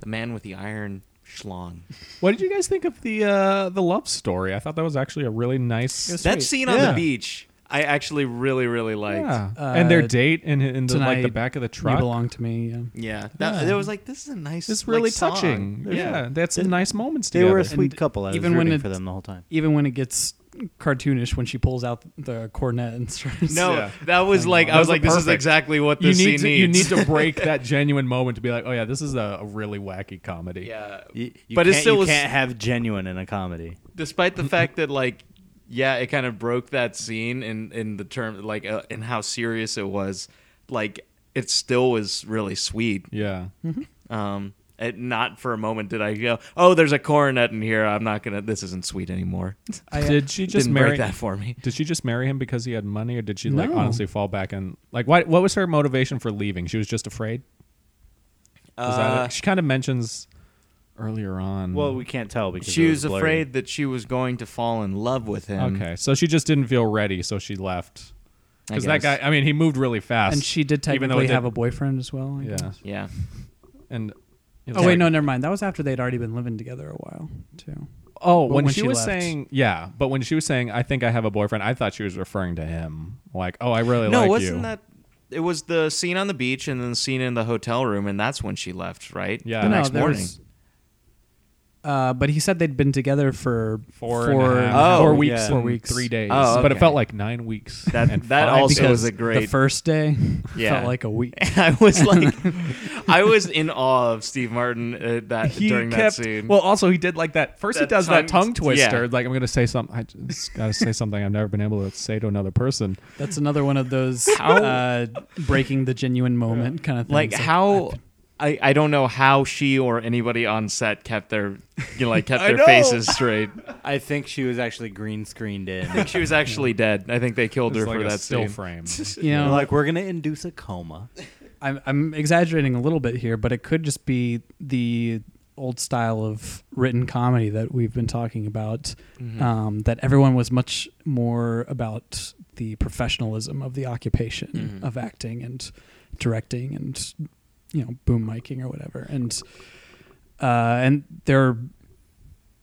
A: The man with the iron schlong.
B: What did you guys think of the uh, the love story? I thought that was actually a really nice.
C: It was
A: That
C: Sweet.
A: scene on
B: Yeah.
A: the beach, I actually really, really liked.
B: yeah.
C: Uh,
B: and their date in, in the, like
C: tonight,
B: the back of the
C: You
B: truck.
C: belong to me. Yeah.
A: Yeah, that,
C: Yeah.
A: it was like this is a nice.
B: it's really
A: like, song.
B: touching.
D: There's
B: Yeah,
D: a-
B: that's
D: they-
B: nice moments
D: They
B: together.
D: were a
C: And
D: sweet couple. I was
C: even
D: rooting
C: when it-
D: for them the whole time.
C: Even when it gets cartoonish, when she pulls out the cornet and starts.
A: No,
B: Yeah.
A: that was like I
B: Those
A: was
B: are
A: like this is
B: perfect.
A: exactly what
B: you
A: this scene
B: need to,
A: needs.
B: you need to break that genuine moment to be like, oh yeah, this is a, a really wacky comedy.
A: yeah,
D: You, you
A: But it
D: can't-
A: still
D: you
A: was-
D: can't have genuine in a comedy.
A: despite the fact that like yeah it kind of broke that scene in in the term like uh, in how serious it was like it still was really sweet
B: Yeah.
C: Hmm.
A: um it, not for a moment did i go oh there's a coronet in here i'm not gonna this isn't sweet anymore
C: I, uh,
B: did she just
A: didn't
B: marry
A: break that for me
B: Did she just marry him because he had money, or did she like
C: No.
B: honestly fall back and like why, what was her motivation for leaving? She was just afraid. Was that
A: Uh,
B: it? She kind of mentions earlier on.
D: Well, we can't tell because
A: she
D: it
A: was
D: blurry.
A: afraid that she was going to fall in love with him
B: okay, so she just didn't feel ready, so she left.
A: I
B: Because that guy,
A: guess.
B: I mean, he moved really fast.
C: and she did
B: even though it
C: technically have
B: did-
C: a boyfriend as well. I
B: yeah,
C: guess.
A: yeah
B: and
C: Oh wait, no, never mind. That was after they'd already been living together a while too.
B: Oh,
C: But
B: when,
C: when
B: she,
C: she
B: was
C: left.
B: saying yeah, but when she was saying I think I have a boyfriend, I thought she was referring to him. Like, oh, I really
A: no
B: like
A: wasn't
B: you.
A: that it was the scene on Uh, the beach and then the scene in the hotel room and that's when she left right
B: Yeah.
A: the
B: No,
A: next
C: there
A: morning
C: was- Uh, but he said they'd been together for
B: Four
C: four
B: and a half-
D: Oh,
B: four weeks,
D: yeah.
B: and
C: Four weeks.
B: three days.
A: Oh,
B: But it
A: okay.
B: felt like nine weeks.
A: That
B: and
A: that
B: five
A: also
B: days.
A: was a
C: The
A: great.
C: first day
A: Yeah.
C: felt like a week.
A: I was like, I was in awe of Steve Martin uh, that
B: he
A: during
B: kept,
A: that scene.
B: Well, also he did like that. First, he
A: That
B: does that tongue
A: tongue- yeah.
B: twister. Like I'm gonna say something. I just gotta say something I've never been able to say to another person.
C: That's another one of those uh, breaking the genuine moment kind of thing.
A: like how I, I don't know how she or anybody on set kept their you know, like kept
D: I
A: their
D: know.
A: faces straight.
D: I think she was actually green screened
A: I
D: in.
A: think she was actually dead. I think they killed her
B: It's like
A: for
B: a
A: that
B: still
A: scene.
B: frame.
C: you know,
D: like we're gonna induce a coma.
C: I'm, I'm exaggerating a little bit here, but it could just be the old style of written comedy that we've been talking about.
A: Mm-hmm.
C: Um, that everyone was much more about the professionalism of the occupation
A: Mhm.
C: of acting and directing and you know boom miking or whatever, and uh, and they're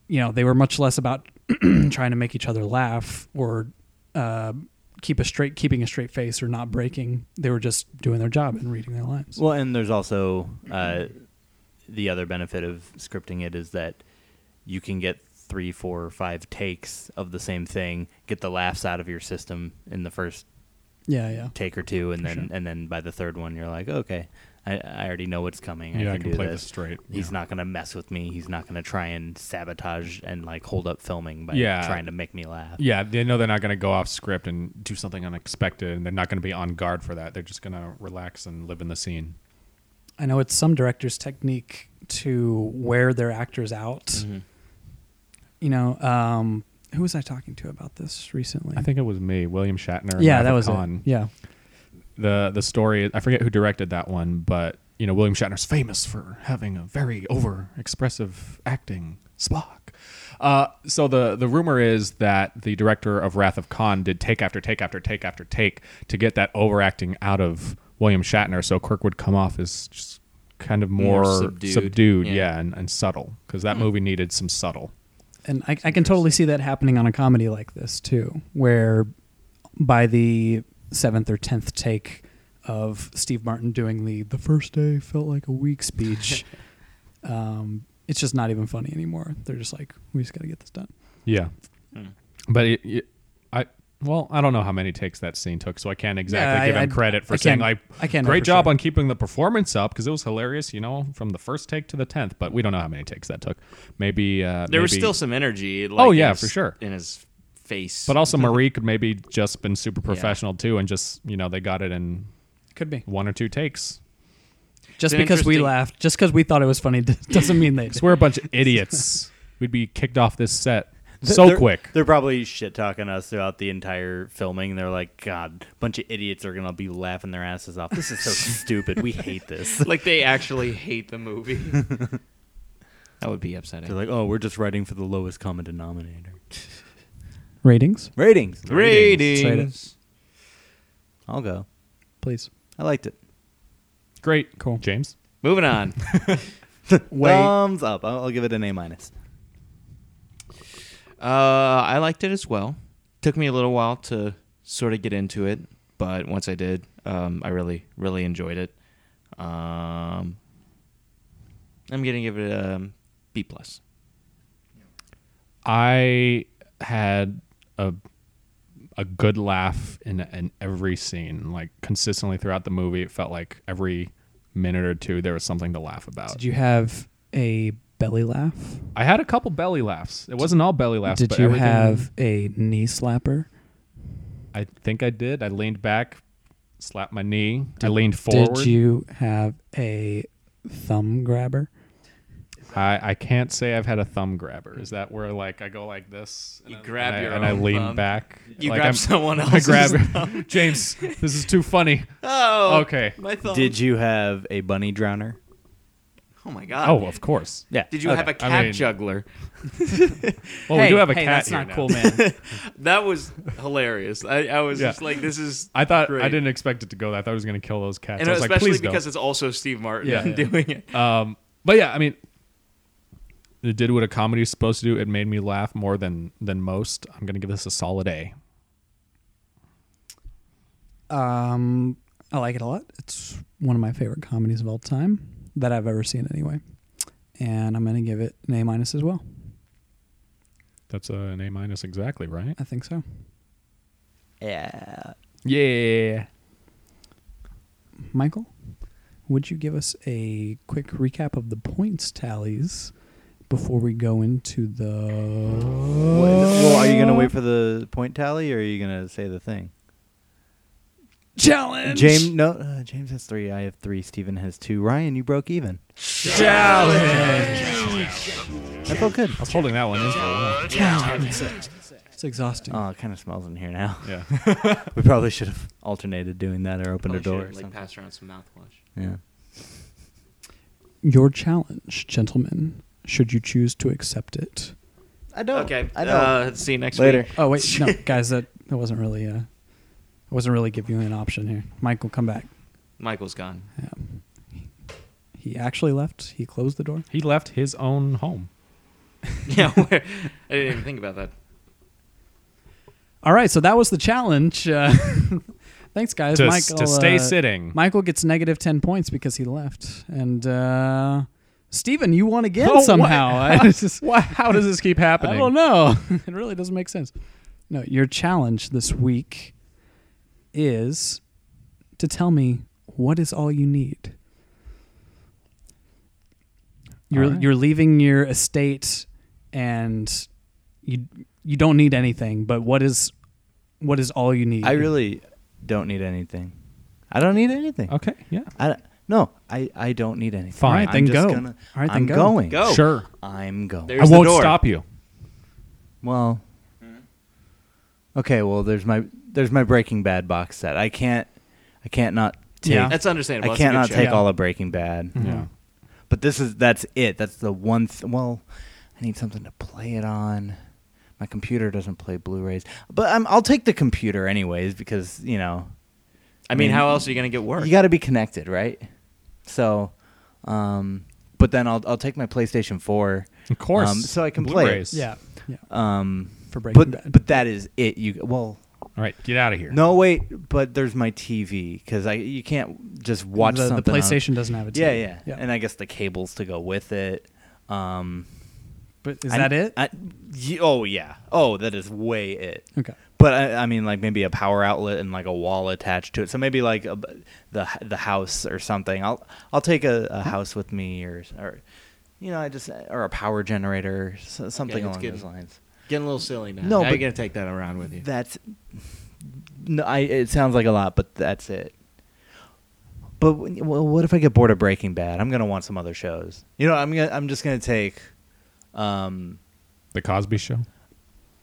C: you know they were much less about trying to make each other laugh or uh, keep a straight keeping a straight face or not breaking. They were just doing their job and reading their lines.
D: Well, and there's also uh, the other benefit of scripting it is that you can get three, four, or five takes of the same thing, get the laughs out of your system in the first
C: yeah, yeah.
D: take or two, and
C: For
D: then and then by the third one, you're like, okay, I, I already know what's coming.
B: yeah,
D: I
B: I
D: can,
B: can
D: do
B: play this
D: this.
B: straight.
D: He's
B: yeah.
D: not gonna mess with me. He's not gonna try and sabotage and like hold up filming by
B: Yeah.
D: trying to make me laugh.
B: Yeah, they know they're not going to go off script and do something unexpected, and they're not going to be on guard for that. They're just going to relax and live in the scene.
C: I know it's some directors' technique to wear their actors out.
B: Mm.
C: You know, um, who was I talking to about this recently?
B: I think it was me, William Shatner. and
C: yeah,
B: Maverick
C: that was
B: Khan.
C: it. Yeah,
B: the the story. I forget who directed that one, but you know William Shatner's famous for having a very over expressive acting. Spock. Uh, so the the rumor is that the director of Wrath of Khan did take after take after take after take to get that overacting out of William Shatner, so Kirk would come off as just kind of more,
A: More subdued,
B: subdued, yeah,
A: yeah.
B: and, and subtle because
C: Hmm.
B: that movie needed some subtle.
C: and I, I can totally see that happening on a comedy like this too, where by the seventh or tenth take of Steve Martin doing the "the first day felt like a week" speech, um, it's just not even funny anymore. They're just like, we just got to get this done.
B: Yeah,
A: Hmm.
B: but it, it- I well, I don't know how many takes that scene took, so I can't exactly
C: Yeah, I-
B: give him
C: I-
B: credit for
C: I
B: saying
C: can't-
B: like,
C: I can't know
B: great
C: for
B: job
C: sure.
B: on keeping the performance up because it was hilarious, you know, from the first take to the tenth. But we don't know how many takes that took. Maybe uh,
A: There was
B: maybe-
A: still some energy. Like,
B: Oh,
A: in
B: yeah,
A: his-
B: for sure.
A: in his face.
B: But also Marie could maybe just been super professional too, and just you know they got it in
C: Could be
B: one or two takes.
C: just
A: an
C: because we
A: interesting-
C: laughed, just because we thought it was funny, doesn't mean they.
B: Because we're a bunch of idiots, we'd be kicked off this set
D: Th-
B: so
D: they're-
B: quick.
D: They're probably shit talking us throughout the entire filming. They're like, God, bunch of idiots are gonna be laughing their asses off. This is so stupid. We hate this.
A: like they actually hate the movie. that would be upsetting.
D: They're like, Oh, we're just writing for the lowest common denominator.
C: Ratings,
D: Ratings.
A: Ratings.
C: Ratings.
D: I'll go.
C: please.
D: I liked it.
B: Great,
C: Cool.
B: James.
A: Moving on.
C: Wait.
D: Thumbs up. I'll, I'll give it an A minus.
A: Uh, I liked it as well. Took me a little while to sort of get into it, but once I did, um, I really, really enjoyed it. Um, I'm gonna give it a um, B plus.
B: I had a a good laugh in in every scene, like consistently throughout the movie. It felt like every minute or two there was something to laugh about.
C: Did you have a belly laugh?
B: I had a couple belly laughs. It wasn't all belly laughs.
C: Did
B: but
C: you
B: everything-
C: have a knee slapper?
B: I think I did. I leaned back, slapped my knee. I leaned forward.
C: Did you have a thumb grabber?
B: I, I can't say I've had a thumb grabber. Is that where like I go like this?
A: You
B: I-
A: grab
B: and I,
A: your
B: and I
A: own
B: lean
A: thumb.
B: back.
A: You
B: like
A: grab
B: I'm-
A: someone else.
B: I grab James. This is too funny.
A: Oh,
B: Okay.
A: My thumb.
D: Did you have a bunny drowner?
A: Oh my god.
B: Oh, of course.
D: Yeah.
A: Did you have a
B: I
A: cat
B: mean-
A: juggler?
B: Well, Oh, we do have a cat.
C: that's
B: here
C: not
B: now.
C: cool, man.
A: That was hilarious. I, I was
B: Yeah.
A: just like, this is.
B: I thought
A: great.
B: I didn't expect it to go. that. I thought it was going to kill those cats.
A: and
B: I was like,
A: especially
B: please
A: because
B: don't.
A: it's also Steve Martin
B: Yeah.
A: doing it.
B: Um, but yeah, I mean, it did what a comedy is supposed to do. It made me laugh more than than most. I'm going to give this a solid A.
C: um, I like it a lot. It's one of my favorite comedies of all time that I've ever seen, anyway. and I'm going to give it an A minus as well.
B: That's uh, an A minus exactly, right?
C: I think so.
D: Yeah.
B: Yeah.
C: Michael, would you give us a quick recap of the points tallies before we go into the?
D: What is it? Well, are you gonna wait for the point tally, or are you gonna say the thing?
C: Challenge.
D: James, no, uh, James has three. I have three. Steven has two. Ryan, you broke even. Challenge. That felt good.
B: I was holding that one in for a while.
C: It's exhausting.
D: Oh, it kind of smells in here now.
B: Yeah.
D: We probably should have alternated doing that or opened a door. or something.
A: Oh, pass around some mouthwash.
D: yeah.
C: Your challenge, gentlemen. Should you choose to accept it?
D: I don't.
A: Okay.
D: I don't.
A: Uh, see you next
D: Later.
A: week.
C: Oh wait, no, guys, that that wasn't really uh, I wasn't really giving you an option here. Michael, come back.
A: Michael's gone.
C: He actually left. He closed the door.
B: He left his own home.
A: yeah, where? I didn't even think about that.
C: All right, so that was the challenge. Uh, thanks, guys.
B: To,
C: Michael,
B: to stay
C: uh,
B: sitting.
C: Michael gets negative ten points because he left, and uh, Steven, you won again
B: Oh, what?
C: somehow. I, it's just-
B: Why, how does this keep
C: I
B: happening?
C: don't know. it really doesn't make sense. No, your challenge this week is to tell me what is all you need. You're
B: All right.
C: you're leaving your estate, and you you don't need anything. But what is what is all you need?
D: I really don't need anything. I don't need anything.
B: Okay. Yeah.
D: I don't- no, I, I don't need anything.
B: Fine. All right,
D: I'm
C: then
D: just
C: go.
D: Gonna,
C: All right, then
D: I'm
C: go.
D: going.
A: Go.
B: Sure.
D: I'm going.
A: Oh, There's
B: I
A: the
B: won't
A: door.
B: stop you.
D: Well. Okay. Well, there's my there's my Breaking Bad box set. I can't I can't not take
C: Yeah. Hmm.
A: That's understandable.
D: I
A: That's a good
D: can't not
A: show.
D: take
C: Yeah.
D: all of Breaking Bad.
B: Yeah.
D: But this is that's it. That's the one. Th- well, I need something to play it on. My computer doesn't play Blu-rays, but I'm, I'll take the computer anyways because you know
A: I mean,
D: I mean,
A: how else are you gonna get work?
D: you got to be connected, right? So, um, but then I'll I'll take my PlayStation Four.
B: Of course.
D: um, so I can
B: Blu-rays.
C: yeah yeah
D: play. It. Um,
C: for Breaking
D: but
C: Bad.
D: but that is it. You well,
B: All right. Get out of here.
D: no wait, but there's my TV because I you can't just watch
C: the, the
D: something on-
C: PlayStation doesn't have a TV.
D: Yeah, yeah, and I guess the cables to go with it. Um,
C: but is
D: I-
C: that it?
D: I- y- oh yeah. Oh, that is way it.
C: okay.
D: But I, I mean, like maybe a power outlet and like a wall attached to it. So maybe like a, the the house or something. I'll I'll take a, a house with me or or you know I just or a power generator so, something
A: it's
D: along
A: good.
D: those lines.
A: Getting a little silly now.
D: No,
A: No, how are you
D: but-
A: gonna take that around with you?
D: That's no. I it sounds like a lot, but that's it. But when- well, what if I get bored of Breaking Bad? I'm gonna want some other shows. You know, I'm gonna I'm just gonna take. Um,
B: The Cosby Show.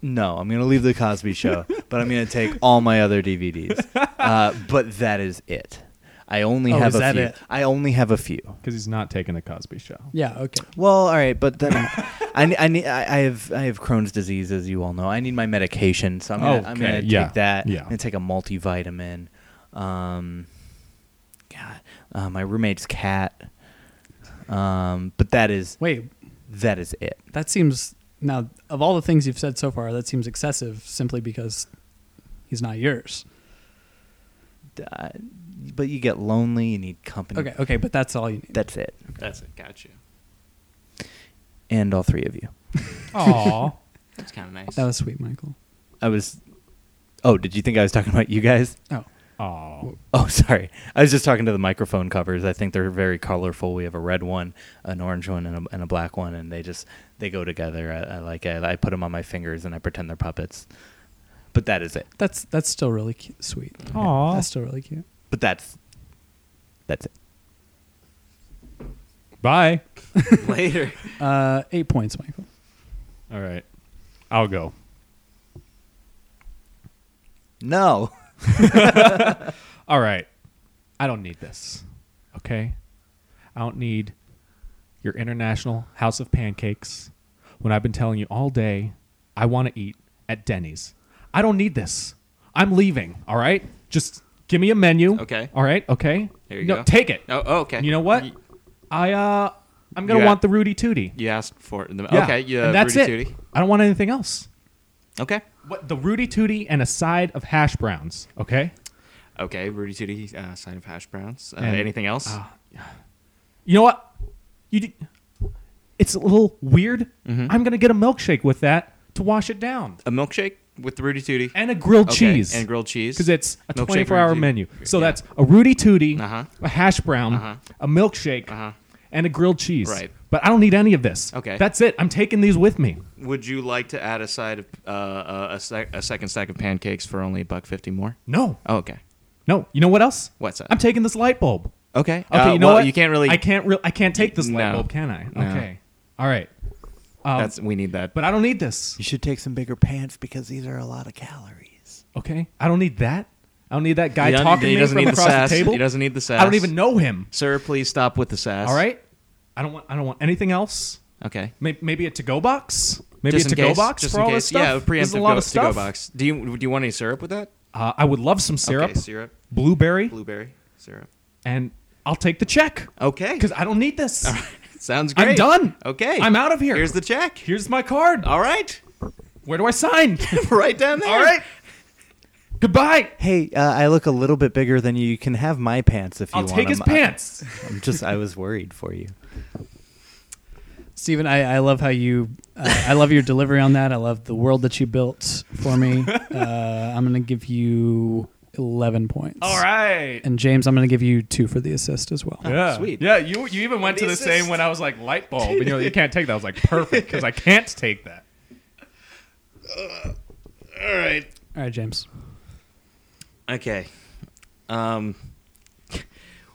D: No, I'm going to leave the Cosby Show, but I'm going to take all my other DVDs. Uh, but that is it. I only
C: Oh,
D: have
C: is
D: a
C: that
D: few.
C: it?
D: I only have a few.
B: Because he's not taking the Cosby Show.
C: Yeah. Okay.
D: Well, all right, but then I, ne- I, ne- I I have I have Crohn's disease, as you all know. I need my medication, so I'm gonna, I'm
B: Okay,
D: gonna
B: yeah,
D: take that.
B: yeah.
D: I'm gonna take a multivitamin. Um, God, uh, my roommate's cat. Um, but that is
C: Wait.
D: that is it.
C: That seems now of all the things you've said so far, that seems excessive simply because he's not yours.
D: Uh, but you get lonely. You need company.
C: Okay. Okay. But that's all you need.
D: That's it.
A: That's it. Gotcha.
D: And all three of you.
B: Aw.
A: That's kind of nice.
C: that was sweet, Michael.
D: I was. Oh, did you think I was talking about you guys?
C: Oh.
B: Aw.
D: Oh, sorry. I was just talking to the microphone covers. I think they're very colorful. We have a red one, an orange one, and a, and a black one, and they just they go together. I, I like it. I put them on my fingers and I pretend they're puppets. But that is it.
C: That's that's still really cute, sweet.
B: Aw.
C: That's still really cute.
D: But that's that's it.
B: Bye.
A: Later.
C: Uh, eight points, Michael.
B: All right. I'll go.
D: No.
B: All right. I don't need this. Okay? I don't need your international house of pancakes when I've been telling you all day I want to eat at Denny's. I don't need this. I'm leaving. All right? Just give me a menu.
A: Okay.
B: All right? Okay?
A: There you
B: no,
A: go.
B: Take it.
A: Oh, oh, okay.
B: You know what?
A: You,
B: I, uh, I'm going
A: You
B: to
A: got-
B: want the Rudy Tooty.
A: you asked for it. in The,
B: Yeah.
A: Okay. Yeah.
B: and that's
A: Rudy
B: it.
A: Tooty.
B: I don't want anything else.
A: Okay.
B: What, the Rudy Tooty and a side of hash browns. Okay?
A: Okay. Rudy Tooty, uh, sign of hash browns. Uh,
B: And-
A: anything else?
B: You know what? You d- It's a little weird.
A: Mm-hmm.
B: I'm gonna get a milkshake with that to wash it down,
A: A milkshake with Rudy Tooty
B: and a grilled
A: Okay,
B: cheese
A: and grilled cheese.
B: because it's a
A: Milkshake,
B: 24 hour
A: Rudy
B: menu.
A: Tooty.
B: So that's a Rudy Tooty,
A: Uh-huh.
B: a hash brown, a milkshake, and a grilled cheese.
A: Right.
B: But I don't need any of this.
A: Okay.
B: That's it. I'm taking these with me.
A: Would you like to add a side of uh, uh, a, sec- a second stack of pancakes for only a buck fifty more?
B: No.
A: Oh, okay.
B: No. You know what else?
A: What's that?
B: I'm taking this light bulb.
A: Okay.
B: Okay,
A: Uh,
B: you know
A: well,
B: what?
A: You can't really.
B: I can't. Re- I can't take this light
A: No.
B: bulb, can I?
A: No.
B: Okay. All right. Um,
A: That's we need that.
B: but I don't need this.
E: You should take some bigger pants because these are a lot of calories.
B: Okay. I don't need that. I don't need that guy
A: He doesn't-
B: talking
A: he
B: to me
A: doesn't
B: from
A: need the
B: across
A: sass.
B: the table.
A: He doesn't need the sass.
B: I don't even know him.
A: Sir, please stop with the sass.
B: All right. I don't want. I don't want anything else.
A: Okay.
B: May- Maybe a to-go box. Maybe
A: just
B: a
A: in
B: to-go
A: case,
B: box
A: just
B: for
A: in
B: all
A: case.
B: this stuff.
A: Yeah, a
B: There's
A: preemptive
B: a lot
A: go,
B: of stuff.
A: to-go box. Do you do you want any syrup with that?
B: Uh, I would love some syrup,
A: Okay, syrup,
B: blueberry,
A: blueberry syrup.
B: and I'll take the check
A: Okay.
B: because I don't need this.
A: Sounds
B: I'm
A: great.
B: done.
A: Okay.
B: I'm out of here.
A: Here's the check.
B: Here's my card.
A: All right.
B: Where do I sign?
A: right down there.
B: all right. Goodbye.
E: Hey, uh, I look a little bit bigger than you. You can have my pants if you
B: I'll
E: want.
B: take his
E: them. I-
B: pants.
E: I'm just. I was worried for you.
C: Stephen, I, I love how you, uh, I love your delivery on that. I love the world that you built for me. Uh, I'm going to give you 11 points.
B: All right.
C: And James, I'm going to give you two for the assist as well.
B: Yeah.
A: sweet.
B: Yeah, you you even went to the same when I was like light bulb, and you know you can't take that. I was like perfect because I can't take that.
C: All right, James.
A: Okay. Um,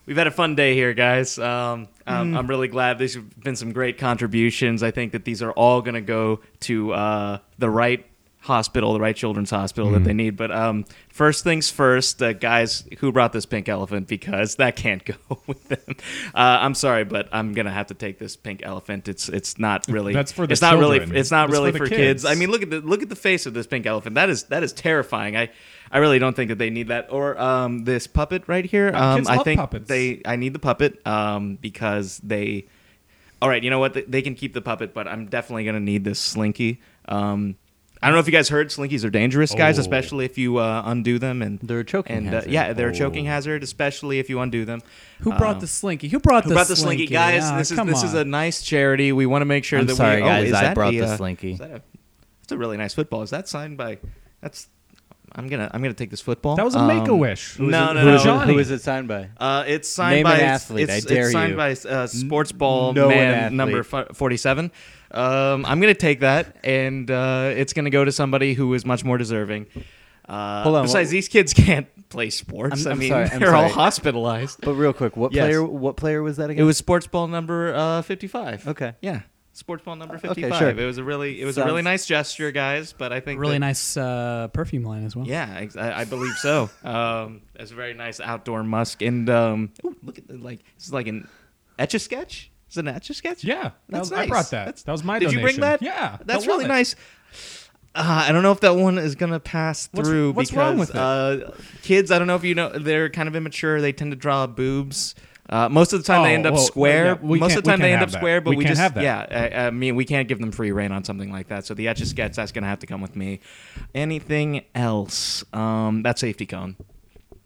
A: we've had a fun day here, guys. Um, um,
B: Mm.
A: I'm really glad. These have been some great contributions. I think that these are all going to go to uh, the right hospital, the right children's hospital
B: Mm.
A: that they need. But um, first things first, uh, guys, who brought this pink elephant? Because that can't go with them. Uh, I'm sorry, but I'm going to have to take this pink elephant. It's it's not really.
B: That's for the
A: It's not really.
B: children.
A: It's not
B: It's
A: really
B: for
A: for,
B: the
A: kids.
B: kids.
A: I mean, look at the look at the face of this pink elephant. That is that is terrifying. I I really don't think that they need that or um this puppet right here. Um,
B: kids
A: I
B: love
A: think
B: puppets.
A: they I need the puppet um because they. All right, you know what? They, they can keep the puppet, but I'm definitely gonna need this slinky. Um, I don't know if you guys heard slinkies are dangerous, guys,
B: Oh.
A: especially if you uh, undo them and
E: They're a choking
A: and,
E: hazard.
A: Uh, yeah, they're a choking hazard, especially if you undo them.
C: Who brought
A: Um,
C: the slinky? Who brought
A: who
C: the
A: brought the
C: slinky?
A: slinky, guys?
C: Ah,
A: this is
C: come
A: this is
C: on.
A: a nice charity. We want to make sure
E: I'm
A: that
E: sorry,
A: we.
E: guys,
A: Oh, is
E: I
A: that
E: brought
A: the,
E: the
A: uh,
E: Slinky.
A: is that a- That's a really nice football. Is that signed by? That's. I'm gonna I'm gonna take this football.
B: That was a
A: Um,
B: Make-A-Wish.
A: No, no,
E: who
A: no.
E: is it-
B: Johnny.
E: who is it signed by?
A: Uh, it's signed
E: Name
A: by
E: an athlete,
A: It's,
E: I dare
A: it's signed
E: you.
A: by uh, sports ball
E: know an
A: man
E: athlete.
A: number fu- forty-seven. Um, I'm gonna take that, and uh, it's gonna go to somebody who is much more deserving. Uh,
E: Hold on,
A: besides,
E: what-
A: these kids can't play sports.
E: I'm-
A: i
E: I'm
A: mean,
E: sorry, I'm
A: they're all
E: sorry.
A: hospitalized.
E: But real quick, what
A: Yes.
E: player? What player was that again?
A: It was sports ball number uh, 55.
E: Okay.
A: Yeah. Sports ball number
E: okay,
A: 55.
E: sure.
A: It was a really it was a really
E: Sounds-
A: nice gesture, guys, but I think
C: really
A: that-
C: nice uh, perfume line as well.
A: Yeah, ex- I, I believe so. um it's a very nice outdoor musk and um ooh, look at the, like it's like an etch a sketch. Is it an etch a sketch?
B: Yeah,
A: That's
B: I- I
A: nice.
B: brought that.
A: That's-
B: That was my
A: Did you bring
B: donation.
A: that?
B: Yeah,
A: That's
B: I love
A: really
B: it.
A: nice. Uh, I don't know if that one is gonna pass
B: What's-
A: through
B: what's
A: because
B: wrong with it?
A: uh, kids. I don't know if you know they're kind of immature. They tend to draw boobs. Uh, most of the time
B: Oh,
A: they end up
B: well,
A: square.
B: yeah, we
A: most
B: can't-
A: of the time
B: we
A: they end
B: can't have
A: up
B: that.
A: square, but
B: We
A: we,
B: can't
A: just
B: have that.
A: yeah. I, I mean, we can't give them free reign on something like that. So the etch a sketch that's gonna have to come with me. Anything else? Um, that safety cone.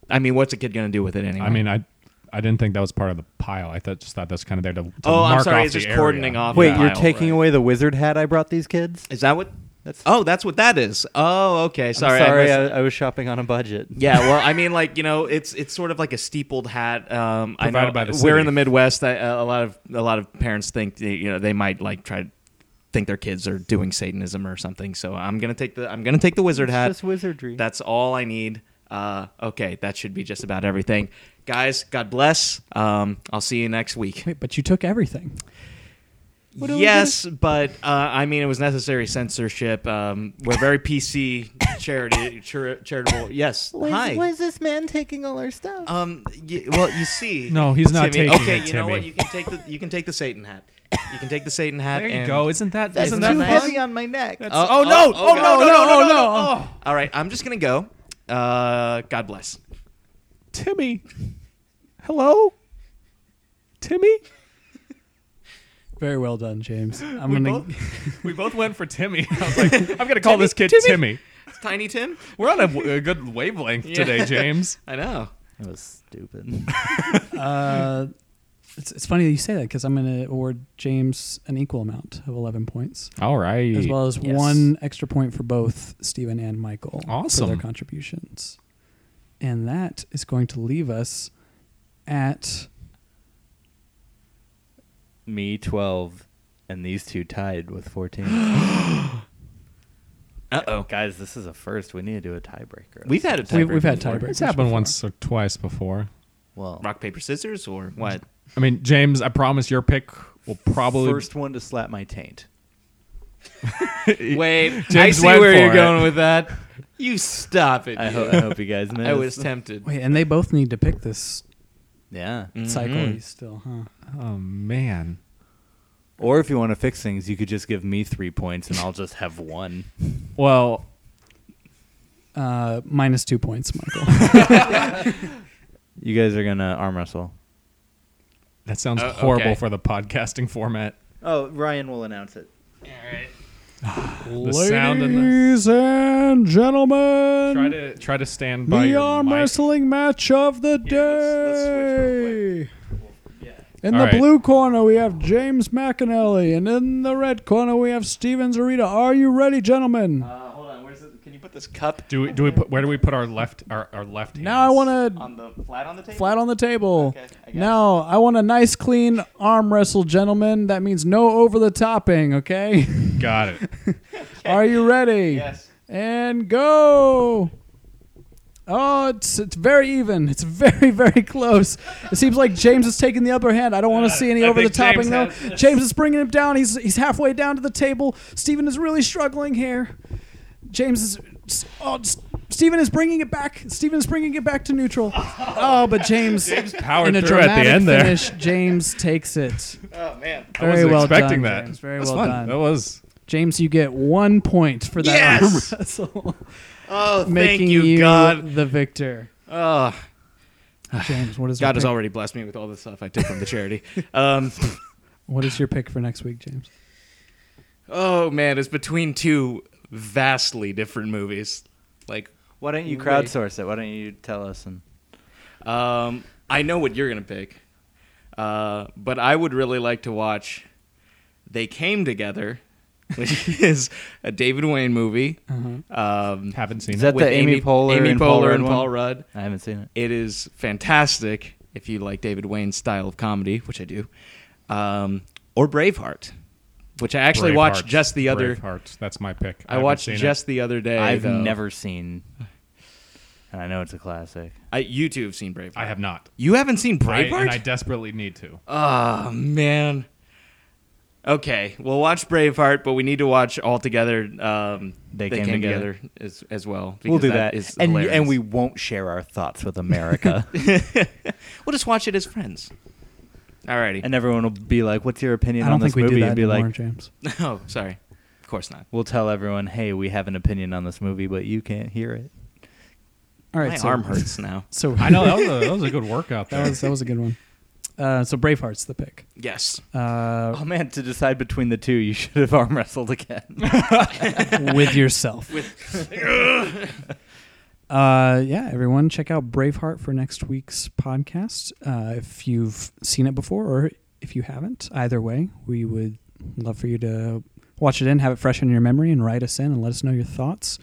A: I mean, what's a kid gonna do with it anyway?
B: I mean, I I didn't think that was part of the pile. I thought just thought that's kind of there to, to
A: oh,
B: mark
A: I'm sorry.
B: off
A: It's
B: the
A: just
B: area.
A: cordoning off.
E: Wait,
A: the
E: you're
A: aisle,
E: taking
A: right.
E: away the wizard hat I brought these kids?
A: Is that what?
E: That's-
A: oh, that's what that is. Oh, okay.
E: I'm
A: Sorry, I
E: sorry,
A: missed-
E: I, I was shopping on a budget.
A: Yeah, well, I mean, like you know, it's it's sort of like a steepled hat. Um, I know
B: Provided by the
A: we're
B: city.
A: in the Midwest. I, a lot of a lot of parents think they, you know they might like try to think their kids are doing Satanism or something. So I'm gonna take the I'm gonna take the wizard
E: It's
A: hat.
E: just wizardry.
A: That's all I need. Uh, okay, that should be just about everything, guys. God bless. Um, I'll see you next week.
C: Wait, but you took everything. What are we
A: Yes, but uh, I mean, it was necessary censorship. Um, we're very PC charity, char- charitable. Yes. Hi.
E: this man taking all our stuff?
D: Oh,
A: Um. Y- well, you see.
B: No, he's not
A: Timmy-
B: taking
A: Okay,
B: it,
A: you know what?
B: Timmy.
A: You can take the you can take the Satan hat. You can take the Satan hat.
B: There you
A: and-
B: go. Isn't that
A: That's
B: isn't
A: too
B: that
A: heavy
B: fun?
E: on my neck.
B: That's-
A: Oh,
B: oh, no!
A: oh,
B: Oh, no!
A: God.
B: No! No! No! No!
A: Oh.
B: Oh.
A: All right, I'm just gonna go. Uh, God bless.
B: Timmy, hello, Timmy.
C: Very well done, James. I'm
B: We
C: gonna.
B: both, we both went for Timmy. I was like, I'm gonna call this kid Timmy.
A: Tiny Tim.
B: We're on a, w- a good wavelength today, James.
A: I know.
E: That was stupid.
C: Uh, It's, it's funny that you say that because I'm going to award James an equal amount of 11 points,
B: All right.
C: as well as
B: Yes.
C: one extra point for both Stephen and Michael for
B: Awesome.
C: their contributions. And that is going to leave us at
D: Me twelve, and these two tied with fourteen.
A: Uh oh.
D: Guys, this is a first. We need to do a tiebreaker.
A: We've had a tiebreaker.
C: We've- we've had
A: before.
C: tiebreakers.
B: It's happened once or twice before.
D: well,
A: Rock paper scissors or what?
B: I mean, James, I promise your pick will probably
D: first one to slap my taint.
A: Wait, I
B: James
A: see
B: went
A: where
B: for
A: you're
B: it.
A: going with that. You stop it.
D: I,
A: I,
D: ho- I hope you guys missed.
A: I was tempted.
C: wait, and they both need to pick this
D: yeah.
E: Mm.
F: Mm-hmm.
C: cycle still, huh?
B: Oh man.
D: Or if you want to fix things, you could just give me three points, and I'll just have one.
B: Well,
C: Uh, minus two points, Michael.
D: You guys are gonna arm wrestle.
B: that sounds
A: Uh,
B: horrible
A: okay.
B: for the podcasting format.
D: Oh, Ryan will announce it.
B: The sound and the
F: and gentlemen,
B: try to try to stand by your mic.
F: match of the day. In
B: All
F: the
B: right.
F: blue corner, we have James McAnally, and in the red corner, we have Steven Zarita. Are you ready, gentlemen?
A: Uh, hold on. Where's it? Can you put this cup
B: Do we, do we put where do we put our left our, our left hand?
F: now I want to
A: on the flat on the table?
F: flat on the table.
A: Um, Okay, I got
F: now I want a nice, clean arm wrestle, gentlemen. That means no over the topping. Okay,
B: got it.
F: are you ready?
A: Yes.
F: and go. Oh, it's it's very even. It's very very close. It seems like James is taking the upper hand. I don't want to see any
B: I
F: over the
B: think
F: topping
B: James
F: though.
B: has this.
F: James is bringing him down. He's he's halfway down to the table. Steven is really struggling here. James is oh, S- Steven is bringing it back. Steven is bringing it back to neutral. Oh, but James,
B: powered
F: in a
B: through at the
F: dramatic
B: end there.
F: finish, James takes it.
A: Oh man.
F: Very
B: wasn't
F: well done,
B: expecting that.
F: James. Very
B: That's
F: well
B: fun.
F: done.
B: That was
F: James, you get one point for that
A: Yes!
F: arm wrestle,
A: Oh,
F: making
A: thank you, God.
F: the victor.
A: Oh,
F: James, what is your
A: God has
F: pick?
A: already blessed me with all the stuff I took from the charity. Um,
F: What is your pick for next week, James?
A: oh man, it's between two vastly different movies. Like,
D: Why don't you
A: Wait.
D: crowdsource it? Why don't you tell us? And
A: um, I know what you're gonna pick, uh, but I would really like to watch. They came together, which is a David Wayne movie. Um,
B: haven't seen
D: Uh-huh. is
B: it.
D: that the Amy, Poehler
A: Amy
D: and Paul
A: Poehler
D: Rudd
A: and
D: one?
A: Paul Rudd.
D: I haven't seen it.
A: It is fantastic if you like David Wayne's style of comedy, which I do, um, or Braveheart, which I actually watched
B: Braveheart.
A: just the other.
B: Braveheart. That's my pick.
A: I
B: haven't
A: watched
B: seen it.
A: just the other day.
D: I've
A: though.
D: never seen, and I know it's a classic.
A: I, you two have seen Braveheart.
B: I have not.
A: You haven't seen
B: I, and I
A: Braveheart?
B: desperately need to.
A: oh man. Okay, we'll watch Braveheart, but we need to watch all together. Um,
D: They Came Together.
A: as, as well.
D: We'll
A: because
D: do that,
A: is
D: and
A: hilarious.
D: and we won't share our thoughts with America,
A: we'll just watch it as friends. Alrighty.
D: and everyone will be like, "What's your opinion
C: I
D: on
C: don't
D: this
C: think we
D: movie?"
C: do that
D: and be
C: anymore,
D: like,
C: James.
A: oh, sorry. Of course not.
D: "We'll tell everyone, hey, we have an opinion on this movie, but you can't hear it."
C: All right,
A: My
C: so,
A: arm hurts now.
C: So
B: I know that was a, that was a good workout. There.
C: that was that was a good one. Uh, so Braveheart's the pick.
A: Yes.
C: Uh,
D: Oh man, to decide between the two, you should have arm wrestled again.
C: with yourself. uh, yeah, everyone, check out Braveheart for next week's podcast. Uh, if you've seen it before or if you haven't, either way, we would love for you to watch it in, have it fresh in your memory, and write us in and let us know your thoughts,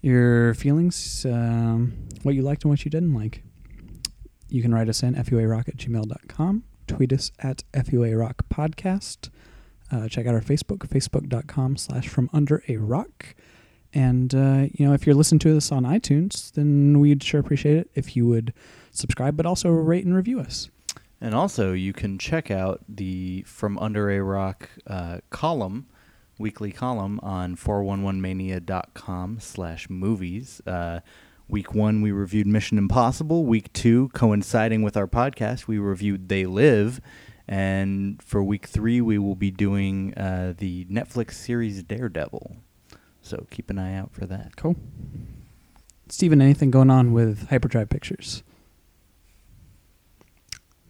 C: your feelings, um, what you liked and what you didn't like. You can write us in fuarock at gmail.com, tweet us at fuarock podcast. Uh, check out our Facebook, facebook.com slash from under a rock. And, uh, you know, if you're listening to this on iTunes, then we'd sure appreciate it if you would subscribe, but also rate and review us.
D: And also, you can check out the From Under a Rock uh, column, weekly column on 411mania.com slash movies. Uh, week one, we reviewed Mission Impossible. Week two, coinciding with our podcast, we reviewed They Live. And for week three, we will be doing uh, the Netflix series Daredevil. So keep an eye out for that.
C: Cool. Steven, anything going on with Hyperdrive Pictures?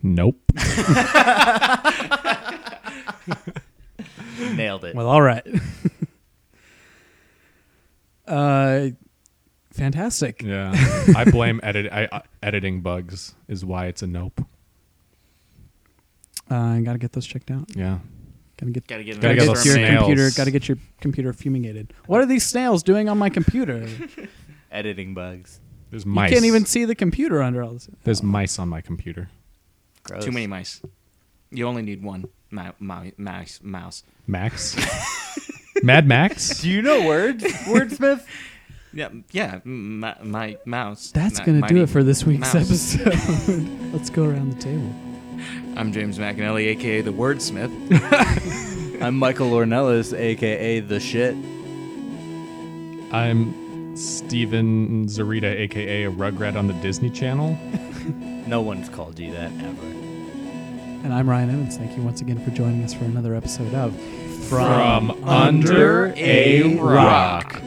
B: Nope.
D: Nailed it.
C: Well, all right. uh, fantastic.
B: Yeah. I blame edit I, uh, editing bugs is why it's a nope.
C: Uh, I gotta get those checked out.
B: Yeah.
C: Gotta get
A: Gotta get,
B: Gotta
A: another
B: get those
C: your
A: terminate.
B: snails.
C: computer. Gotta get your computer fumigated. What are these snails doing on my computer?
D: Editing bugs.
B: There's mice.
C: You can't even see the computer under all this.
B: There's mice on my computer.
D: Gross.
A: Too many mice. You only need one mouse. mouse, mouse.
B: Max. Mad Max.
D: Do you know words, wordsmith?
A: Yeah, yeah, my, my mouse.
C: That's
A: My-
C: gonna do
A: mighty
C: it for this week's
A: mouse.
C: episode. Let's go around the table.
A: I'm James McAnally, aka the Wordsmith.
D: I'm Michael Ornelas, aka the shit.
B: I'm Steven Zarita, aka a Rugrat on the Disney Channel.
D: No one's called you that ever.
C: And I'm Ryan Evans. Thank you once again for joining us for another episode of
B: From Under a Rock.